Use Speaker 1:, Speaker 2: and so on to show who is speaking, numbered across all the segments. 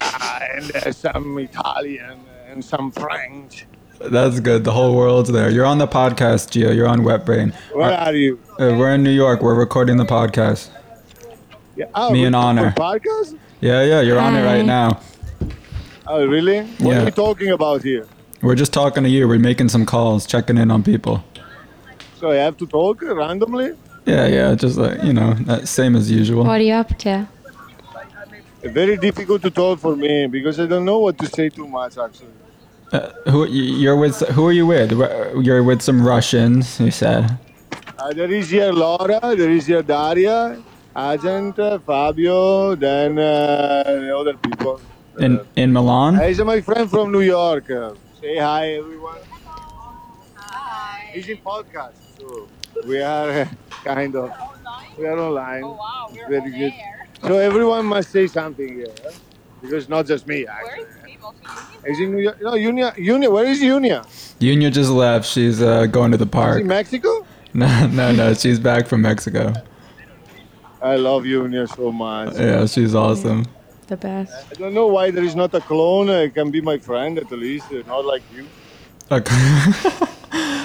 Speaker 1: and uh, some Italian and some French.
Speaker 2: That's good. The whole world's there. You're on the podcast, Gio. You're on Wet Brain.
Speaker 1: Where are you?
Speaker 2: Uh, we're in New York. We're recording the podcast.
Speaker 1: Yeah. Oh,
Speaker 2: Me
Speaker 1: we
Speaker 2: and
Speaker 1: talk on
Speaker 2: Honor.
Speaker 1: Podcast?
Speaker 2: Yeah, yeah. You're on it
Speaker 3: Hi.
Speaker 2: right now.
Speaker 1: Oh, really? What
Speaker 2: Yeah.
Speaker 1: are we talking about here?
Speaker 2: We're just talking to you. We're making some calls, checking in on people.
Speaker 1: So I have to talk randomly?
Speaker 2: Yeah, yeah. Just like you know, that same as usual.
Speaker 3: What are you up to?
Speaker 1: Very difficult to talk for me because I don't know what to say too much, actually.
Speaker 2: Uh, who you- you're with? Who are you with? Wh- You're with some Russians. You said.
Speaker 1: Uh, there is here Laura, there is here Daria, Agent, uh, Fabio, then uh, the other people.
Speaker 2: In in Milan.
Speaker 1: He's my friend from New York. Uh, say hi, everyone. Hi. He's in podcast, so we are uh, kind of we are online. Oh wow, we're very good. So everyone must say something here, huh? because not just me. Actually. Is in New York? No, Unia. Unia, where is Unia?
Speaker 2: Junior just left. She's uh, going to the
Speaker 1: Is
Speaker 2: park.
Speaker 1: in Mexico?
Speaker 2: No, no, no. She's back from Mexico.
Speaker 1: I love Unia so much.
Speaker 2: Yeah, she's awesome.
Speaker 3: The best.
Speaker 1: I don't know why there is not a clone. uh, can be my friend at least, uh, not like you.
Speaker 2: Look,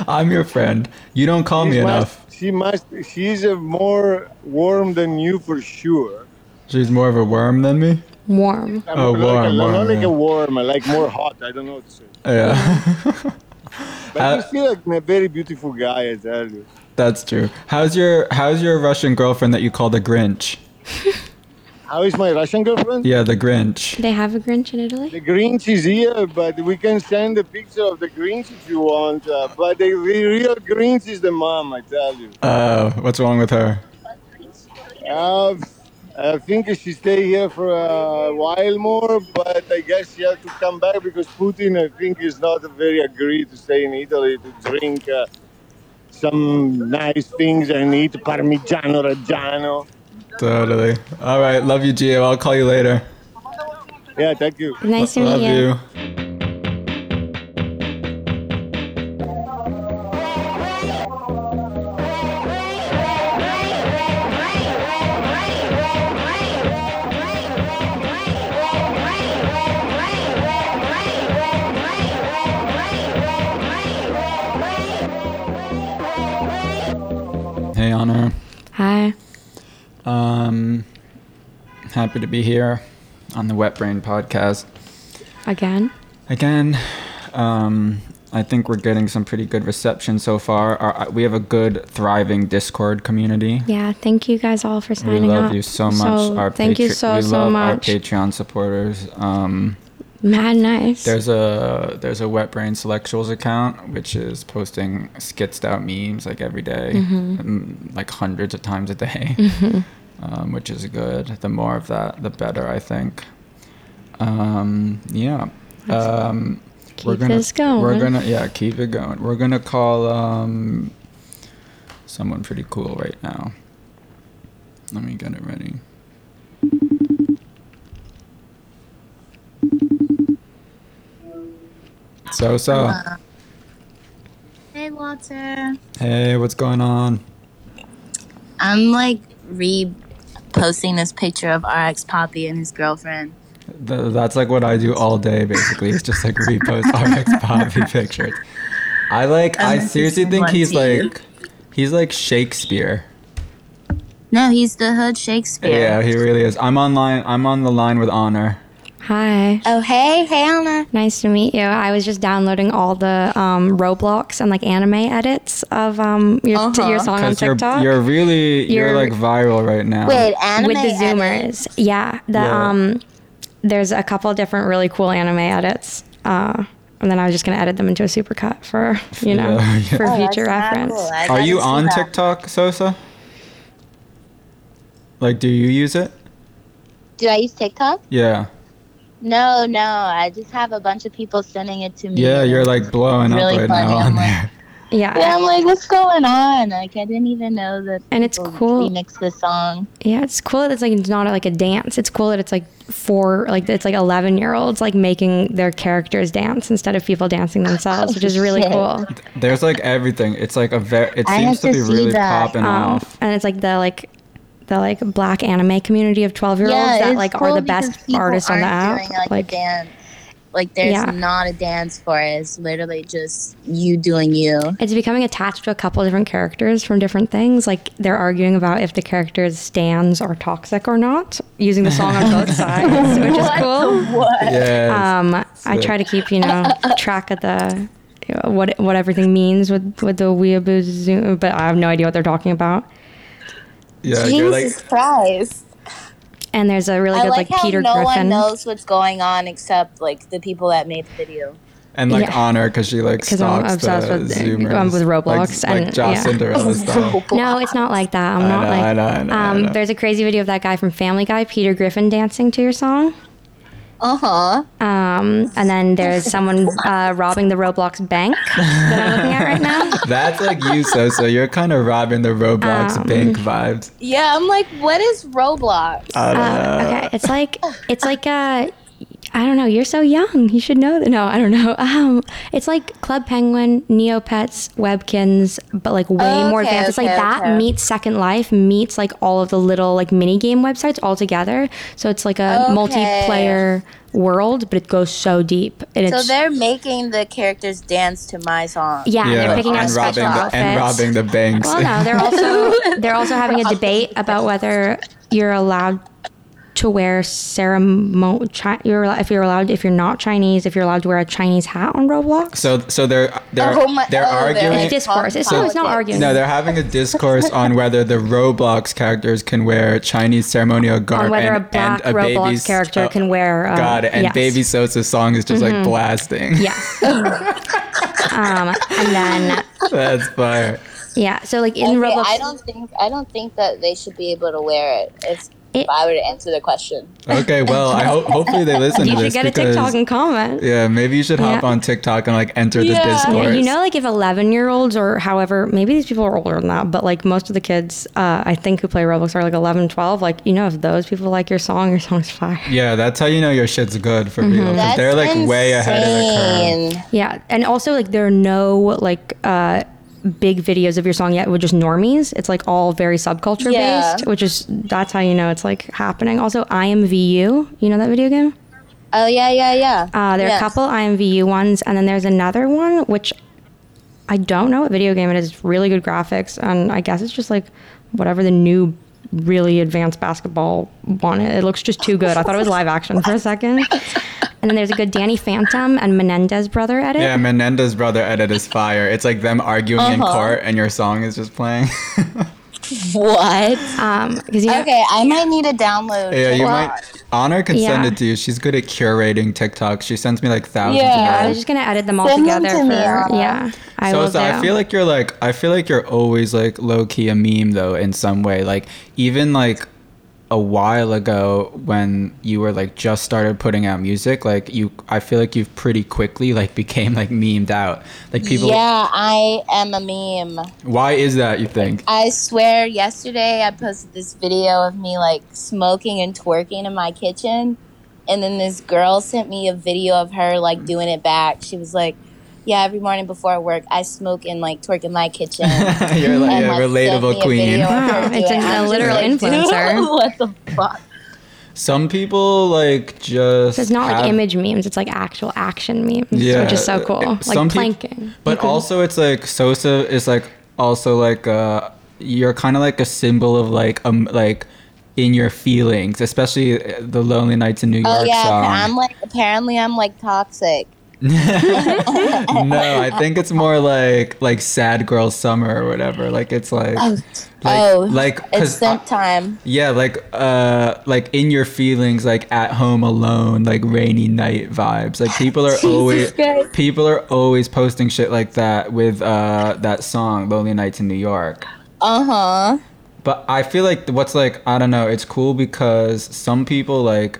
Speaker 2: I'm your friend. You don't call me
Speaker 1: She
Speaker 2: enough.
Speaker 1: Must, she must. She's uh, more warm than you for sure.
Speaker 2: She's more of a worm than me.
Speaker 3: Warm.
Speaker 1: I'm not
Speaker 2: Oh,
Speaker 1: like a,
Speaker 2: warm,
Speaker 1: not
Speaker 2: warm,
Speaker 1: like
Speaker 2: yeah.
Speaker 1: a warm, I like more hot. I don't know what to say.
Speaker 2: Yeah,
Speaker 1: But
Speaker 2: Uh,
Speaker 1: you feel like a very beautiful guy, I tell you.
Speaker 2: that's true. How's your How's your Russian girlfriend that you call the Grinch?
Speaker 1: How is my Russian girlfriend?
Speaker 2: Yeah, the Grinch.
Speaker 3: They have a Grinch in Italy?
Speaker 1: The Grinch is here, but we can send a picture of the Grinch if you want. Uh, but the re- real Grinch is the mom, I tell you.
Speaker 2: Uh, what's wrong with her?
Speaker 1: Uh, I think she stay here for a while more, but I guess she has to come back because Putin, I think, is not very agree to stay in Italy to drink uh, some nice things and eat Parmigiano Reggiano.
Speaker 2: Totally. All right, love you, Gio. I'll call you later.
Speaker 1: Yeah, thank you.
Speaker 3: Nice to
Speaker 2: love
Speaker 3: meet you.
Speaker 2: you. Hey, Honor.
Speaker 3: Hi.
Speaker 2: Um, happy to be here on the Wet Brain podcast
Speaker 3: Again?
Speaker 2: again. Um, I think we're getting some pretty good reception so far. Our, we have a good, thriving Discord community.
Speaker 3: Yeah, thank you guys all for
Speaker 2: We
Speaker 3: signing up.
Speaker 2: love you so much. our
Speaker 3: thank you
Speaker 2: Patre-
Speaker 3: so,
Speaker 2: we
Speaker 3: so
Speaker 2: love
Speaker 3: much.
Speaker 2: our Patreon supporters. Um,
Speaker 3: Mad nice.
Speaker 2: there's a there's a Wet Brain Selectuals account which is posting skitzed out memes like every day,
Speaker 3: Mm-hmm.
Speaker 2: mm, like hundreds of times a day, um, which is good. The more of that, the better, I think. Um, yeah. Um, we're
Speaker 3: Keep
Speaker 2: gonna,
Speaker 3: this going.
Speaker 2: We're gonna yeah keep it going. We're gonna call um, someone pretty cool right now. Let me get it ready. So so.
Speaker 4: Hey Walter.
Speaker 2: Hey, what's going on?
Speaker 4: I'm like reposting this picture of RX Poppy and his girlfriend.
Speaker 2: Th- that's like what I do all day, basically. It's just like repost RX Poppy pictures. I like. I
Speaker 4: Um,
Speaker 2: seriously think
Speaker 4: what
Speaker 2: he's
Speaker 4: do you-
Speaker 2: like. He's like Shakespeare.
Speaker 4: No, he's the Hood Shakespeare.
Speaker 2: Yeah, he really is. I'm online. I'm on the line with Honor.
Speaker 3: Hi.
Speaker 4: Oh hey, hey Anna.
Speaker 3: Nice to meet you. I was just downloading all the um, Roblox and like anime edits of um, your,
Speaker 4: Uh-huh.
Speaker 3: your song on
Speaker 2: Because you're
Speaker 3: TikTok.
Speaker 2: you're really you're,
Speaker 3: You're-
Speaker 2: like viral right now.
Speaker 4: anime
Speaker 3: with the zoomers. Yeah, the
Speaker 2: Yeah.
Speaker 3: um, there's a couple different really cool anime edits, uh, and then I was just gonna edit them into a supercut for you know
Speaker 2: Yeah.
Speaker 3: for future reference.
Speaker 2: Are you on TikTok, Sosa? Like, do you use it?
Speaker 4: Do I use TikTok?
Speaker 2: Yeah.
Speaker 4: No, no. I just have a bunch of people sending it to me.
Speaker 2: Yeah, you're like blowing
Speaker 4: Really
Speaker 2: up right
Speaker 4: funny,
Speaker 2: now
Speaker 4: I'm
Speaker 2: on
Speaker 4: like-
Speaker 2: there.
Speaker 3: Yeah,
Speaker 4: Yeah, I'm like, what's going on? Like, I didn't even know that.
Speaker 3: And it's
Speaker 4: people
Speaker 3: cool.
Speaker 4: Remix the song.
Speaker 3: yeah, it's cool that it's like it's not like a dance. It's cool that it's like four like it's like eleven year olds like making their characters dance instead of people dancing themselves, which is really
Speaker 4: Shit.
Speaker 3: cool.
Speaker 2: There's like everything. It's like a very. It
Speaker 4: I
Speaker 2: seems to
Speaker 4: have to
Speaker 2: be
Speaker 4: see
Speaker 2: really
Speaker 4: that.
Speaker 2: popping
Speaker 3: Um,
Speaker 2: off.
Speaker 3: and it's like the like the like black anime community of 12 year olds that like are the best artists on the app
Speaker 4: like, a dance. Like there's
Speaker 3: Yeah.
Speaker 4: not a dance for it. It's literally just you doing you.
Speaker 3: it's becoming attached to a couple different characters from different things like they're arguing about if the character's stands are toxic or not using the song on both sides which is cool
Speaker 4: Oh,
Speaker 2: Yeah.
Speaker 3: um, I try to keep you know track of the you know, what what everything means with with the weeaboo zoom, but I have no idea what they're talking about.
Speaker 2: yeah. You're like,
Speaker 4: Jesus Christ!
Speaker 3: And there's a really
Speaker 4: I
Speaker 3: good
Speaker 4: like,
Speaker 3: like,
Speaker 4: how
Speaker 3: Peter
Speaker 4: no one
Speaker 3: Griffin
Speaker 4: knows what's going on except like the people that made the video.
Speaker 2: and like
Speaker 3: yeah.
Speaker 2: honor because she like
Speaker 3: Because I'm
Speaker 2: stalks
Speaker 3: obsessed
Speaker 2: the
Speaker 3: with-
Speaker 2: Zoomers.
Speaker 3: um, with Roblox
Speaker 2: like, like
Speaker 3: and-
Speaker 2: Josh
Speaker 3: yeah.
Speaker 2: Cinderella style.
Speaker 3: No, it's not like that. I'm not
Speaker 2: know,
Speaker 3: like.
Speaker 2: I know, I know, I
Speaker 3: um,
Speaker 2: know.
Speaker 3: There's a crazy video of that guy from Family Guy, Peter Griffin, dancing to your song.
Speaker 4: Uh huh.
Speaker 3: Um, and then there's someone uh, robbing the Roblox bank that I'm looking at right now.
Speaker 2: That's like you, so so you're kind of robbing the
Speaker 3: Um,
Speaker 2: Roblox bank vibes.
Speaker 4: Yeah, I'm like, what is Roblox?
Speaker 2: I don't
Speaker 3: Uh,
Speaker 2: know.
Speaker 3: okay, it's like it's like uh, I don't know. You're so young. You should know. That. No, I don't know. Um, it's like Club Penguin, Neopets, Webkins, but like way more
Speaker 4: Oh, Okay,
Speaker 3: advanced. It's like
Speaker 4: okay,
Speaker 3: that
Speaker 4: okay.
Speaker 3: meets Second Life meets like all of the little like mini game websites all together. So it's like a
Speaker 4: Okay.
Speaker 3: multiplayer world, but it goes so deep and
Speaker 4: So
Speaker 3: it's
Speaker 4: they're making the characters dance to my song.
Speaker 3: yeah, and they're picking out
Speaker 2: and robbing
Speaker 3: special
Speaker 2: the,
Speaker 3: outfits.
Speaker 2: and robbing the banks.
Speaker 3: Well, no, they're also they're also having a debate about whether you're allowed to wear ceremonial. Chi- you're allo- if you're allowed if you're not Chinese if you're allowed to wear a Chinese hat on Roblox.
Speaker 2: so so they're they're
Speaker 4: Oh my-
Speaker 2: they're
Speaker 4: oh, they're
Speaker 2: arguing.
Speaker 3: It's
Speaker 4: Right.
Speaker 3: discourse. It's, no, it's not
Speaker 4: Politics.
Speaker 3: arguing.
Speaker 2: no, they're having a discourse on whether the Roblox characters can wear Chinese ceremonial garb
Speaker 3: on whether
Speaker 2: and,
Speaker 3: a black
Speaker 2: and a
Speaker 3: Roblox
Speaker 2: baby's,
Speaker 3: character
Speaker 2: oh,
Speaker 3: can wear. Uh,
Speaker 2: God, and
Speaker 3: yes. Mm-hmm.
Speaker 2: Baby Sosa's song is just like blasting.
Speaker 3: Yes. um, and then
Speaker 2: That's fire.
Speaker 3: yeah, so like in
Speaker 4: Okay,
Speaker 3: Roblox,
Speaker 4: I don't think I don't think that they should be able to wear it. If,
Speaker 3: It-
Speaker 4: if I were to answer the question,
Speaker 2: Okay, well, I hope hopefully they listen
Speaker 3: you
Speaker 2: to
Speaker 3: should
Speaker 2: this
Speaker 3: get a
Speaker 2: because
Speaker 3: TikTok and comment.
Speaker 2: yeah, maybe you should hop
Speaker 3: Yeah.
Speaker 2: on TikTok and like enter
Speaker 4: Yeah.
Speaker 2: the discourse.
Speaker 3: Yeah, you know, like if 11 year olds or however, maybe these people are older than that, but like most of the kids, uh, I think who play Roblox are like 11, 12. Like, you know, if those people like your song, your song's fire.
Speaker 2: Yeah, that's how you know your shit's good for real. 'cause
Speaker 4: Mm-hmm. That's
Speaker 2: They're like way ahead of the curve.
Speaker 4: insane.
Speaker 3: Yeah. And also, like, there are no like uh, big videos of your song yet with just normies. It's like all very subculture
Speaker 4: Yeah.
Speaker 3: based, which is that's how you know it's like happening. Also, IMVU, you know that video game?
Speaker 4: Oh yeah, yeah, yeah.
Speaker 3: Uh, there
Speaker 4: Yes.
Speaker 3: are a couple IMVU ones, and then there's another one which I don't know what video game it is. It's really good graphics, and I guess it's just like whatever the new really advanced basketball one. is. It looks just too good. I thought it was live action for a second. And then there's a good Danny Phantom and Menendez brother edit.
Speaker 2: Yeah, Menendez brother edit is fire. It's like them arguing in
Speaker 4: Uh-huh.
Speaker 2: court and your song is just playing.
Speaker 4: What?
Speaker 3: Um, because you know,
Speaker 4: Okay, I might need to download.
Speaker 2: yeah, you
Speaker 4: it.
Speaker 2: might. Honor can send
Speaker 3: Yeah.
Speaker 2: it to you. She's good at curating TikTok. She sends me like thousands
Speaker 4: Yeah.
Speaker 3: I
Speaker 2: of
Speaker 3: was
Speaker 2: those.
Speaker 3: just gonna edit them all
Speaker 4: Send them
Speaker 3: together.
Speaker 4: to me,
Speaker 3: for,
Speaker 4: Anna.
Speaker 3: yeah, I
Speaker 2: So,
Speaker 3: will
Speaker 2: so
Speaker 3: do.
Speaker 2: I feel like you're like I feel like you're always like low key a meme though in some way. Like even like a while ago when you were like just started putting out music, like you I feel like you've pretty quickly like became like memed out. Like people
Speaker 4: Yeah, I am a meme.
Speaker 2: why is that you think?
Speaker 4: I swear, yesterday I posted this video of me like smoking and twerking in my kitchen. And then this girl sent me a video of her like doing it back. She was like, Yeah, every morning before work, I smoke and like twerk in my kitchen. and,
Speaker 2: you're like a
Speaker 4: like, sent me
Speaker 2: relatable
Speaker 4: a
Speaker 2: queen.
Speaker 4: video of her
Speaker 3: Wow,
Speaker 4: doing
Speaker 3: it's
Speaker 4: it.
Speaker 3: a-
Speaker 4: I'm
Speaker 3: a
Speaker 4: just
Speaker 3: literal
Speaker 4: like, dude,
Speaker 3: influencer.
Speaker 4: What the fuck?
Speaker 2: Some people like just
Speaker 3: So it's not like
Speaker 2: have-
Speaker 3: image memes; it's like actual action memes, which is so cool.
Speaker 2: uh,
Speaker 3: Like
Speaker 2: some peop-
Speaker 3: planking.
Speaker 2: but also, it's like Sosa is like also like uh, you're kind of like a symbol of like um like in your feelings, especially uh, the Lonely Nights in New York
Speaker 4: Oh, yeah.
Speaker 2: song.
Speaker 4: I'm like, apparently, I'm like toxic.
Speaker 2: no, I think it's more like like Sad Girl Summer or whatever. Like it's like like
Speaker 4: oh,
Speaker 2: like
Speaker 4: it's
Speaker 2: 'cause I-
Speaker 4: simp time.
Speaker 2: yeah, like uh like in your feelings, like at home alone, like rainy night vibes. Like people are always
Speaker 4: Christ.
Speaker 2: people are always posting shit like that with uh that song, Lonely Nights in New York.
Speaker 4: Uh huh.
Speaker 2: But I feel like what's like I don't know, it's cool because some people like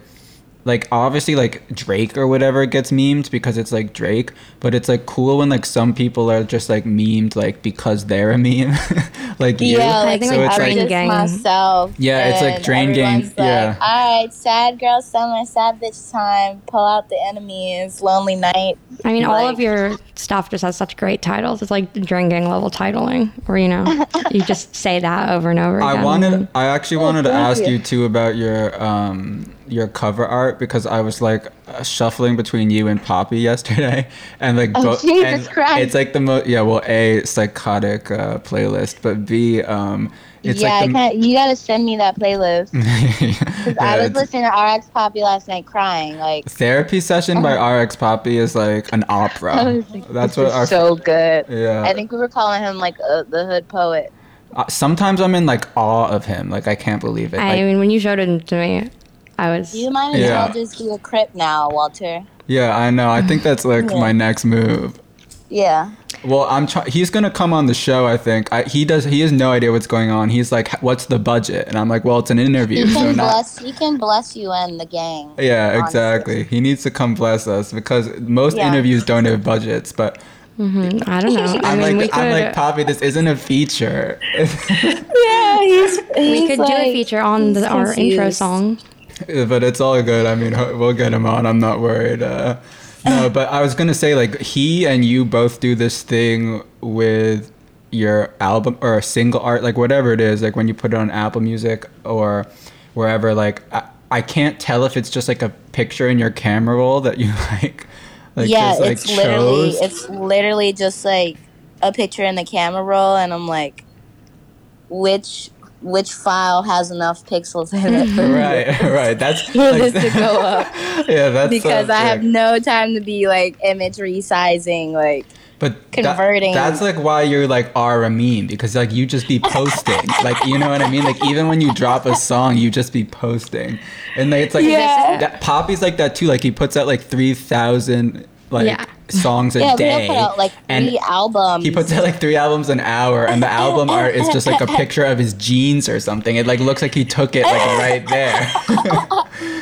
Speaker 2: like obviously like Drake or whatever gets memed because it's like Drake, but it's like cool when like some people are just like memed like because they're a meme, like you.
Speaker 4: yeah, like,
Speaker 3: think,
Speaker 4: so
Speaker 3: like,
Speaker 4: it's
Speaker 3: Drain
Speaker 4: like
Speaker 3: Gang.
Speaker 4: myself.
Speaker 2: Yeah, it's like
Speaker 4: and
Speaker 2: Drain Gang,
Speaker 4: everyone's Like,
Speaker 2: yeah.
Speaker 4: All right, sad girl summer, sad bitch time. Pull out the enemies, lonely night.
Speaker 3: I mean, all of
Speaker 4: Like-
Speaker 3: your stuff just has such great titles. It's like drinking level titling, where you know you just say that over and over again.
Speaker 2: I wanted. I actually wanted to
Speaker 4: Oh, thank
Speaker 2: ask
Speaker 4: you.
Speaker 2: you too about your um your cover art because I was like uh, shuffling between you and Poppy yesterday, and like bo-
Speaker 4: Oh, Jesus
Speaker 2: and
Speaker 4: Christ.
Speaker 2: it's like the most yeah. Well, a psychotic uh, playlist, but b um it's
Speaker 4: yeah,
Speaker 2: like the, Mm,
Speaker 4: I can't, you gotta send me that playlist.
Speaker 2: yeah,
Speaker 4: I was
Speaker 2: it's-
Speaker 4: listening to RX Poppy last night, crying. Like
Speaker 2: therapy session
Speaker 4: Oh.
Speaker 2: by RX Poppy is like an opera. That's what our
Speaker 4: so good.
Speaker 2: yeah.
Speaker 4: I think we were calling him like uh, the hood poet.
Speaker 2: uh, sometimes I'm in like awe of him. Like I can't believe it.
Speaker 3: I
Speaker 2: Like,
Speaker 3: mean, when you showed it to me, I was.
Speaker 4: You might as
Speaker 2: Yeah.
Speaker 4: well just be a crip now, Walter.
Speaker 2: yeah, I know. I think that's like
Speaker 4: Yeah.
Speaker 2: my next move.
Speaker 4: Yeah.
Speaker 2: Well, I'm trying. He's gonna come on the show. I think I, he does. He has no idea what's going on. He's like, "H- "What's the budget?" And I'm like, "Well, it's an
Speaker 4: He
Speaker 2: interview, so
Speaker 4: can
Speaker 2: not."
Speaker 4: bless he can bless you and the gang.
Speaker 2: Yeah,
Speaker 4: honestly.
Speaker 2: exactly. He needs to come bless us because most
Speaker 4: Yeah.
Speaker 2: interviews don't have budgets. But
Speaker 3: mm, I don't know. I
Speaker 2: I'm
Speaker 3: mean, we
Speaker 2: like, I'm like,
Speaker 3: could
Speaker 2: Poppy, this isn't a feature.
Speaker 4: Yeah, he's,
Speaker 3: we could do a feature on the, our intro
Speaker 4: confused.
Speaker 3: song.
Speaker 2: but it's all good. I mean, ho- we'll get him on. I'm not worried. Uh, no, but I was gonna say like he and you both do this thing with your album or a single art, like whatever it is, like when you put it on Apple Music or wherever. Like I, I can't tell if it's just like a picture in your camera roll that you like. Like,
Speaker 4: yeah,
Speaker 2: just, like,
Speaker 4: it's literally
Speaker 2: chose.
Speaker 4: it's literally just like a picture in the camera roll and I'm like which which file has enough pixels in it for
Speaker 2: right, right. That's
Speaker 4: this
Speaker 2: like,
Speaker 4: to go up
Speaker 2: yeah, that's
Speaker 4: because
Speaker 2: so
Speaker 4: I have
Speaker 2: sick.
Speaker 4: no time to be like image resizing like
Speaker 2: but that-
Speaker 4: converting.
Speaker 2: that's like why you're like are a meme because like you just be posting like you know what i mean like even when you drop a song you just be posting and like it's like
Speaker 4: Yeah.
Speaker 2: that, poppy's like that too like he puts out like 3000 like
Speaker 3: Yeah.
Speaker 2: songs a
Speaker 4: yeah,
Speaker 2: day
Speaker 4: we put out like
Speaker 2: and
Speaker 4: three albums.
Speaker 2: he puts out like three albums an hour and the album art is just like a picture of his jeans or something it like looks like he took it like right there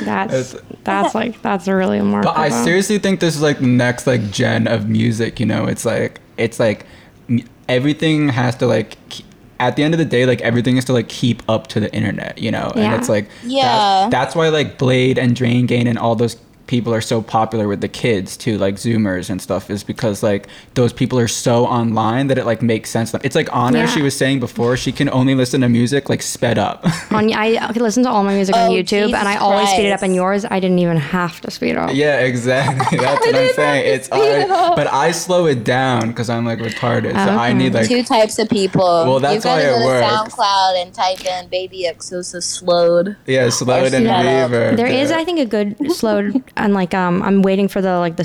Speaker 3: That's that's like that's really remarkable.
Speaker 2: But I seriously think this is like the next like gen of music. You know, it's like it's like m- everything has to like ke- at the end of the day, like everything is to like keep up to the internet. You know, and
Speaker 3: Yeah.
Speaker 2: it's like
Speaker 4: Yeah.
Speaker 2: that's, that's why like Blade and Drain Gain and all those people are so popular with the kids too like zoomers and stuff is because like those people are so online that it like makes sense to them. it's like honor
Speaker 3: Yeah.
Speaker 2: she was saying before she can only listen to music like sped up
Speaker 3: on, I could listen to all my music on
Speaker 4: Oh,
Speaker 3: YouTube,
Speaker 4: Jesus
Speaker 3: and I always speed it up.
Speaker 4: Christ.
Speaker 3: And yours, I didn't even have to speed up.
Speaker 2: Yeah, exactly. That's what I'm saying. It's alright, but I slow it down because I'm like retarded. So I
Speaker 3: Okay.
Speaker 2: need like
Speaker 4: two types of people.
Speaker 2: Well, that's
Speaker 4: You've got
Speaker 2: why
Speaker 4: to go
Speaker 2: it
Speaker 4: to
Speaker 2: works.
Speaker 4: SoundCloud and type in "Baby Exosa slowed."
Speaker 2: yeah, slow it and
Speaker 4: Yeah.
Speaker 2: reverb.
Speaker 3: There is, I think, a good slowed and like um, I'm waiting for the like the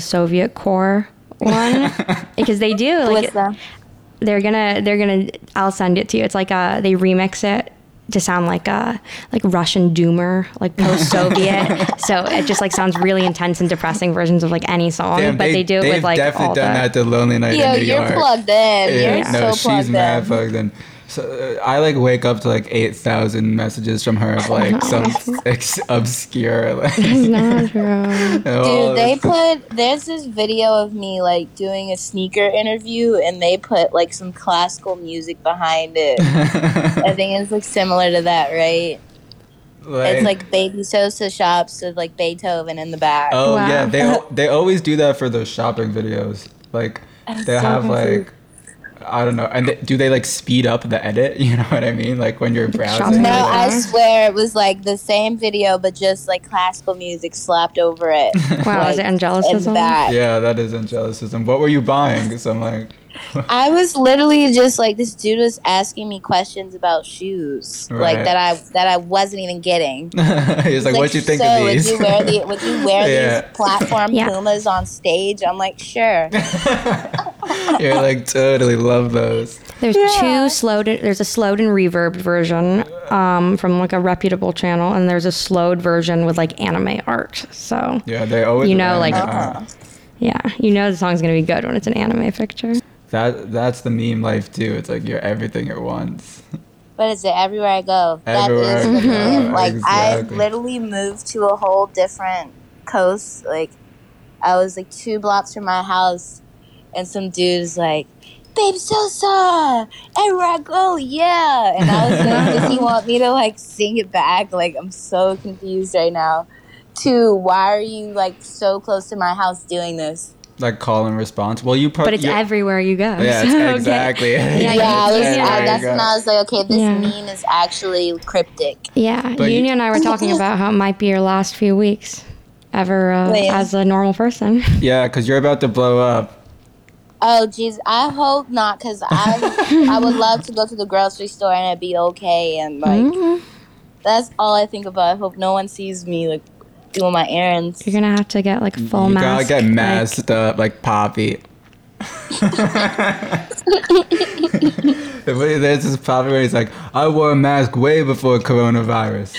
Speaker 3: Soviet core one because they do like
Speaker 4: What's that?
Speaker 3: they're gonna they're gonna I'll send it to you. It's like uh they remix it to sound like uh like Russian doomer like post Soviet. so it just like sounds really intense and depressing versions of like any song,
Speaker 2: Damn,
Speaker 3: but they, do it
Speaker 2: they've
Speaker 3: with like
Speaker 2: definitely
Speaker 3: all
Speaker 2: done
Speaker 3: the.
Speaker 2: that to Lonely Night
Speaker 4: Yo,
Speaker 2: in New
Speaker 4: you're
Speaker 2: York.
Speaker 4: plugged in. You're
Speaker 2: no,
Speaker 4: so plugged
Speaker 2: she's mad
Speaker 4: in.
Speaker 2: plugged in. So uh, I like wake up to like eight thousand messages from her of like some ex- obscure like.
Speaker 3: Not true.
Speaker 2: all
Speaker 4: Dude, they
Speaker 2: this-
Speaker 4: put there's this video of me like doing a sneaker interview, and they put like some classical music behind it. I think it's like similar to that, right? It's like Baby Sosa shops with like Beethoven in the back.
Speaker 2: Oh
Speaker 3: Wow.
Speaker 2: yeah, they al- they always do that for those shopping videos. Like
Speaker 4: I'm
Speaker 2: they
Speaker 4: so
Speaker 2: have
Speaker 4: confused.
Speaker 2: like I don't know, and they, do they like speed up the edit? You know what I mean? Like when you're browsing.
Speaker 3: shopping
Speaker 4: No,
Speaker 2: you're
Speaker 4: I
Speaker 2: like-
Speaker 3: Yeah.
Speaker 4: swear it was like the same video, but just like classical music slapped over it.
Speaker 3: Wow, is
Speaker 4: like,
Speaker 3: it
Speaker 4: and
Speaker 3: Angelicism?
Speaker 4: back.
Speaker 2: yeah, that is angelicism. What were you buying? 'Cause I'm like,
Speaker 4: I was literally just like this dude was asking me questions about shoes,
Speaker 2: Right.
Speaker 4: like that I that I wasn't even getting.
Speaker 2: he's like,
Speaker 4: Like,
Speaker 2: what you think of
Speaker 4: so
Speaker 2: these?
Speaker 4: Would you wear, the, would you wear
Speaker 2: Yeah.
Speaker 4: these platform
Speaker 3: Yeah.
Speaker 4: Pumas on stage? I'm like, sure.
Speaker 2: Uh-huh. you're like totally love those.
Speaker 3: There's two slowed. There's a slowed and reverbed version um, from like a reputable channel, and there's a slowed version with like anime art. So
Speaker 2: Yeah, they always.
Speaker 3: You know,
Speaker 2: wear
Speaker 3: like-
Speaker 2: them.
Speaker 4: Uh-huh.
Speaker 3: yeah, you know the song's gonna be good when it's an anime picture.
Speaker 2: that that's the meme life too. It's like you're everything at once.
Speaker 4: What is it? Everywhere I go.
Speaker 2: Everywhere
Speaker 4: that is
Speaker 2: I
Speaker 4: the
Speaker 2: go,
Speaker 4: meme. Like I
Speaker 2: exactly.
Speaker 4: literally moved to a whole different coast. Like, I was like two blocks from my house, and some dude's like, Babe Sosa, and Rago, yeah. And I was like, Does he want me to like sing it back? Like, I'm so confused right now. Two, why are you like so close to my house doing this?
Speaker 2: like call and response. Well, you probably
Speaker 3: But it's everywhere you go.
Speaker 2: Oh, yeah,
Speaker 3: so,
Speaker 2: it's
Speaker 3: okay.
Speaker 2: exactly.
Speaker 3: Yeah,
Speaker 4: Yeah,
Speaker 3: yeah,
Speaker 4: I was,
Speaker 3: yeah.
Speaker 4: I, that's
Speaker 2: There you
Speaker 4: when
Speaker 2: go.
Speaker 4: I was like, okay, this
Speaker 3: Yeah.
Speaker 4: meme is actually cryptic.
Speaker 3: Yeah,
Speaker 2: But you-
Speaker 3: Union and I were talking about how it might be your last few weeks ever uh,
Speaker 4: Wait.
Speaker 3: as a normal person.
Speaker 2: Yeah, because you're about to blow up.
Speaker 4: Oh, jeez, I hope not, because I I would love to go to the grocery store and I'd be okay, and like
Speaker 3: Mm-hmm.
Speaker 4: that's all I think about. I hope no one sees me like doing my errands.
Speaker 3: You're gonna have to get like full
Speaker 2: you
Speaker 3: mask.
Speaker 2: gotta get
Speaker 3: like-
Speaker 2: masked up like Poppy. There's this Poppy where he's like, I wore a mask way before coronavirus.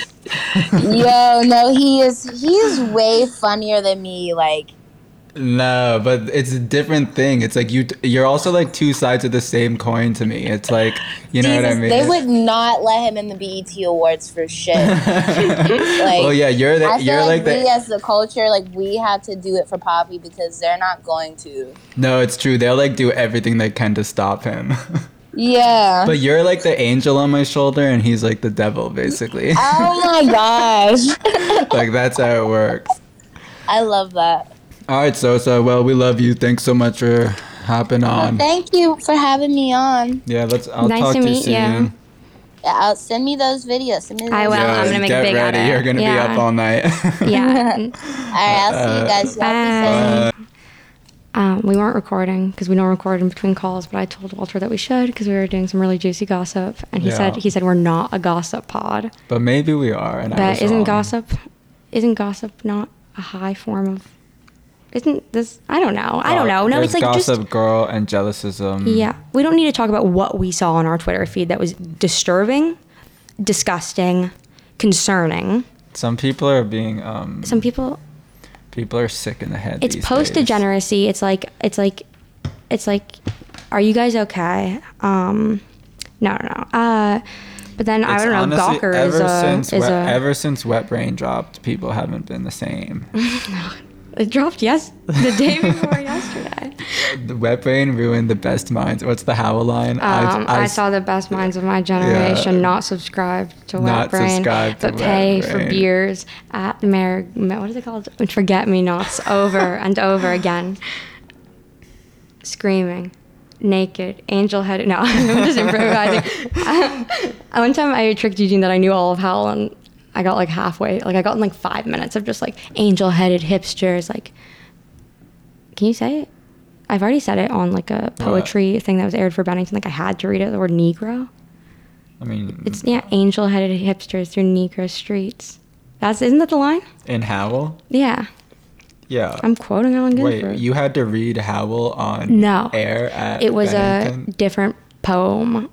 Speaker 4: Yo, no, he is he is way funnier than me. Like,
Speaker 2: No, but it's a different thing. It's like you you're also like two sides of the same coin to me. It's like you know
Speaker 4: Jesus,
Speaker 2: what I mean.
Speaker 4: they would not let him in the BET Awards for shit. like,
Speaker 2: well, yeah, you're the,
Speaker 4: I feel
Speaker 2: you're
Speaker 4: like,
Speaker 2: like,
Speaker 4: we uh,
Speaker 2: the
Speaker 4: as the culture, like we have to do it for Poppy because they're not going to.
Speaker 2: no. It's true. They'll like do everything they can to stop him.
Speaker 4: Yeah.
Speaker 2: But you're like the angel on my shoulder, and he's like the devil, basically.
Speaker 4: oh my gosh,
Speaker 2: like that's how it works.
Speaker 4: I love that.
Speaker 2: All right, Sosa. Well, we love you. Thanks so much for hopping on.
Speaker 4: Thank you for having me on.
Speaker 2: Yeah, let's. I'll
Speaker 3: Oh, Nice
Speaker 2: talk
Speaker 3: to
Speaker 2: to, you
Speaker 3: meet
Speaker 2: soon.
Speaker 3: you.
Speaker 4: Out, send me those videos. Send me those
Speaker 3: I will.
Speaker 4: videos.
Speaker 3: I'm gonna make a
Speaker 2: get
Speaker 3: big
Speaker 2: ready.
Speaker 3: edit.
Speaker 2: You're gonna
Speaker 3: Yeah.
Speaker 2: be up all night.
Speaker 3: Yeah.
Speaker 4: All right, I'll see you guys. Y'all be
Speaker 3: Bye.
Speaker 4: safe.
Speaker 3: Um, we weren't recording because we don't record in between calls, but I told Walter that we should because we were doing some really juicy gossip, and he
Speaker 2: Yeah.
Speaker 3: said he said we're not a gossip pod.
Speaker 2: but maybe we are. And I
Speaker 3: But
Speaker 2: was
Speaker 3: isn't
Speaker 2: wrong.
Speaker 3: gossip isn't gossip not a high form of isn't this I don't know. I don't know. No,
Speaker 2: There's
Speaker 3: it's like
Speaker 2: gossip
Speaker 3: just
Speaker 2: girl and jealousism.
Speaker 3: yeah. We don't need to talk about what we saw on our Twitter feed that was disturbing, disgusting, concerning.
Speaker 2: Some people are being um
Speaker 3: Some people
Speaker 2: people are sick in the head.
Speaker 3: it's
Speaker 2: these
Speaker 3: post
Speaker 2: days.
Speaker 3: degeneracy. It's like it's like it's like are you guys okay? Um no, no, no. Uh but then I
Speaker 2: It's
Speaker 3: don't know.
Speaker 2: honestly-
Speaker 3: Gawker is
Speaker 2: ever
Speaker 3: a
Speaker 2: since
Speaker 3: is
Speaker 2: wet,
Speaker 3: a
Speaker 2: ever since Wet Brain dropped, people haven't been the same.
Speaker 3: it dropped yes the day before yesterday.
Speaker 2: the Wet Brain ruined the best minds. What's the howl line? I've-
Speaker 3: Um, I,
Speaker 2: I've-
Speaker 3: saw the best minds of my generation not subscribe to Wet
Speaker 2: Not
Speaker 3: Brain,
Speaker 2: subscribe to
Speaker 3: but
Speaker 2: Wet
Speaker 3: pay for
Speaker 2: Brain.
Speaker 3: beers at the Mar- Ma- what is it called? Forget me nots over and over again, screaming, naked, angel headed. No, I'm just improvising. Uh, One time I tricked Eugene that I knew all of Howl, and I got like halfway, like I got in like five minutes of just like angel headed hipsters. Like, can you say it? I've already said it on like a poetry thing that was aired for Bennington. Like I had to read it. The word Negro.
Speaker 2: I mean,
Speaker 3: It's yeah, angel-headed hipsters through Negro streets. That's isn't that the line?
Speaker 2: in Howl.
Speaker 3: Yeah,
Speaker 2: Yeah.
Speaker 3: I'm quoting Alan Ginsberg.
Speaker 2: Wait, you had to read Howl on
Speaker 3: No.
Speaker 2: air at
Speaker 3: it was a
Speaker 2: Bennington?
Speaker 3: different poem.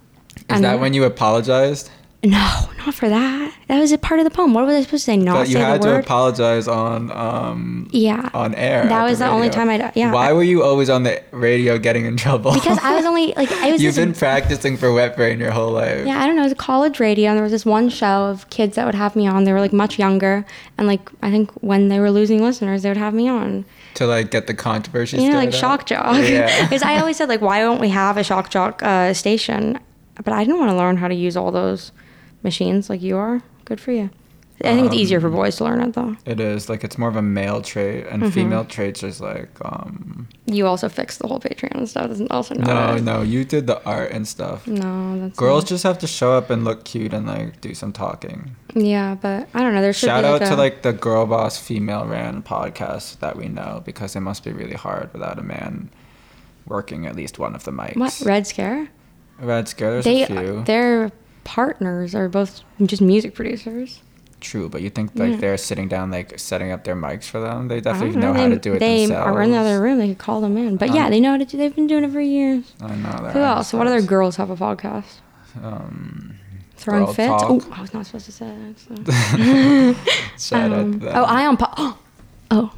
Speaker 2: Is that when you apologized?
Speaker 3: No, not for that. That was a part of the poem. What was I supposed to say? Not
Speaker 2: But
Speaker 3: say
Speaker 2: you had
Speaker 3: the
Speaker 2: to
Speaker 3: word.
Speaker 2: apologize on um
Speaker 3: yeah.
Speaker 2: on air.
Speaker 3: That
Speaker 2: at
Speaker 3: was the only
Speaker 2: radio.
Speaker 3: time I'd- yeah,
Speaker 2: Why
Speaker 3: I-
Speaker 2: were you always on the radio getting in trouble?
Speaker 3: because I was only like I was.
Speaker 2: You've
Speaker 3: this-
Speaker 2: been practicing for Wet Brain your whole life.
Speaker 3: Yeah, I don't know. It was college radio, and there was this one show of kids that would have me on. They were like much younger, and like I think when they were losing listeners, they would have me on.
Speaker 2: To like get the controversy.
Speaker 3: you know,
Speaker 2: stirred
Speaker 3: like
Speaker 2: up.
Speaker 3: shock jock.
Speaker 2: Yeah.
Speaker 3: Because I always said like, why don't we have a shock jock uh, station? But I didn't want to learn how to use all those machines like you are. Good for you. I think it's easier
Speaker 2: Um,
Speaker 3: for boys to learn it though.
Speaker 2: It is like it's more of a male trait, and
Speaker 3: Mm-hmm.
Speaker 2: female traits is like um
Speaker 3: You also fixed the whole Patreon and stuff. That's also
Speaker 2: no,
Speaker 3: not it.
Speaker 2: no. You did the art and stuff.
Speaker 3: No, that's
Speaker 2: Girls just have to show up and look cute and like do some talking.
Speaker 3: not- yeah, but I don't know. There should
Speaker 2: Shout
Speaker 3: be
Speaker 2: out
Speaker 3: like
Speaker 2: to
Speaker 3: a-
Speaker 2: like the girl boss female ran podcast that we know because it must be really hard without a man working at least one of the mics.
Speaker 3: what Red Scare.
Speaker 2: Red Scare, there's
Speaker 3: They
Speaker 2: a few.
Speaker 3: their partners are both just music producers.
Speaker 2: True, but you think like they're sitting down, like setting up their mics for them. They
Speaker 3: Mm. I
Speaker 2: definitely
Speaker 3: don't
Speaker 2: know, how
Speaker 3: they,
Speaker 2: to do it
Speaker 3: They
Speaker 2: themselves.
Speaker 3: are in the other room. They could call them in. But yeah, they know how to do. They've been doing it for years.
Speaker 2: I know that.
Speaker 3: Who else? What other girls have a podcast?
Speaker 2: Um,
Speaker 3: Throwing
Speaker 2: Girl
Speaker 3: fits.
Speaker 2: Talk.
Speaker 3: Oh, I was not supposed to say that. actually.
Speaker 2: shout out to
Speaker 3: Um,
Speaker 2: them.
Speaker 3: oh, I on po- Oh,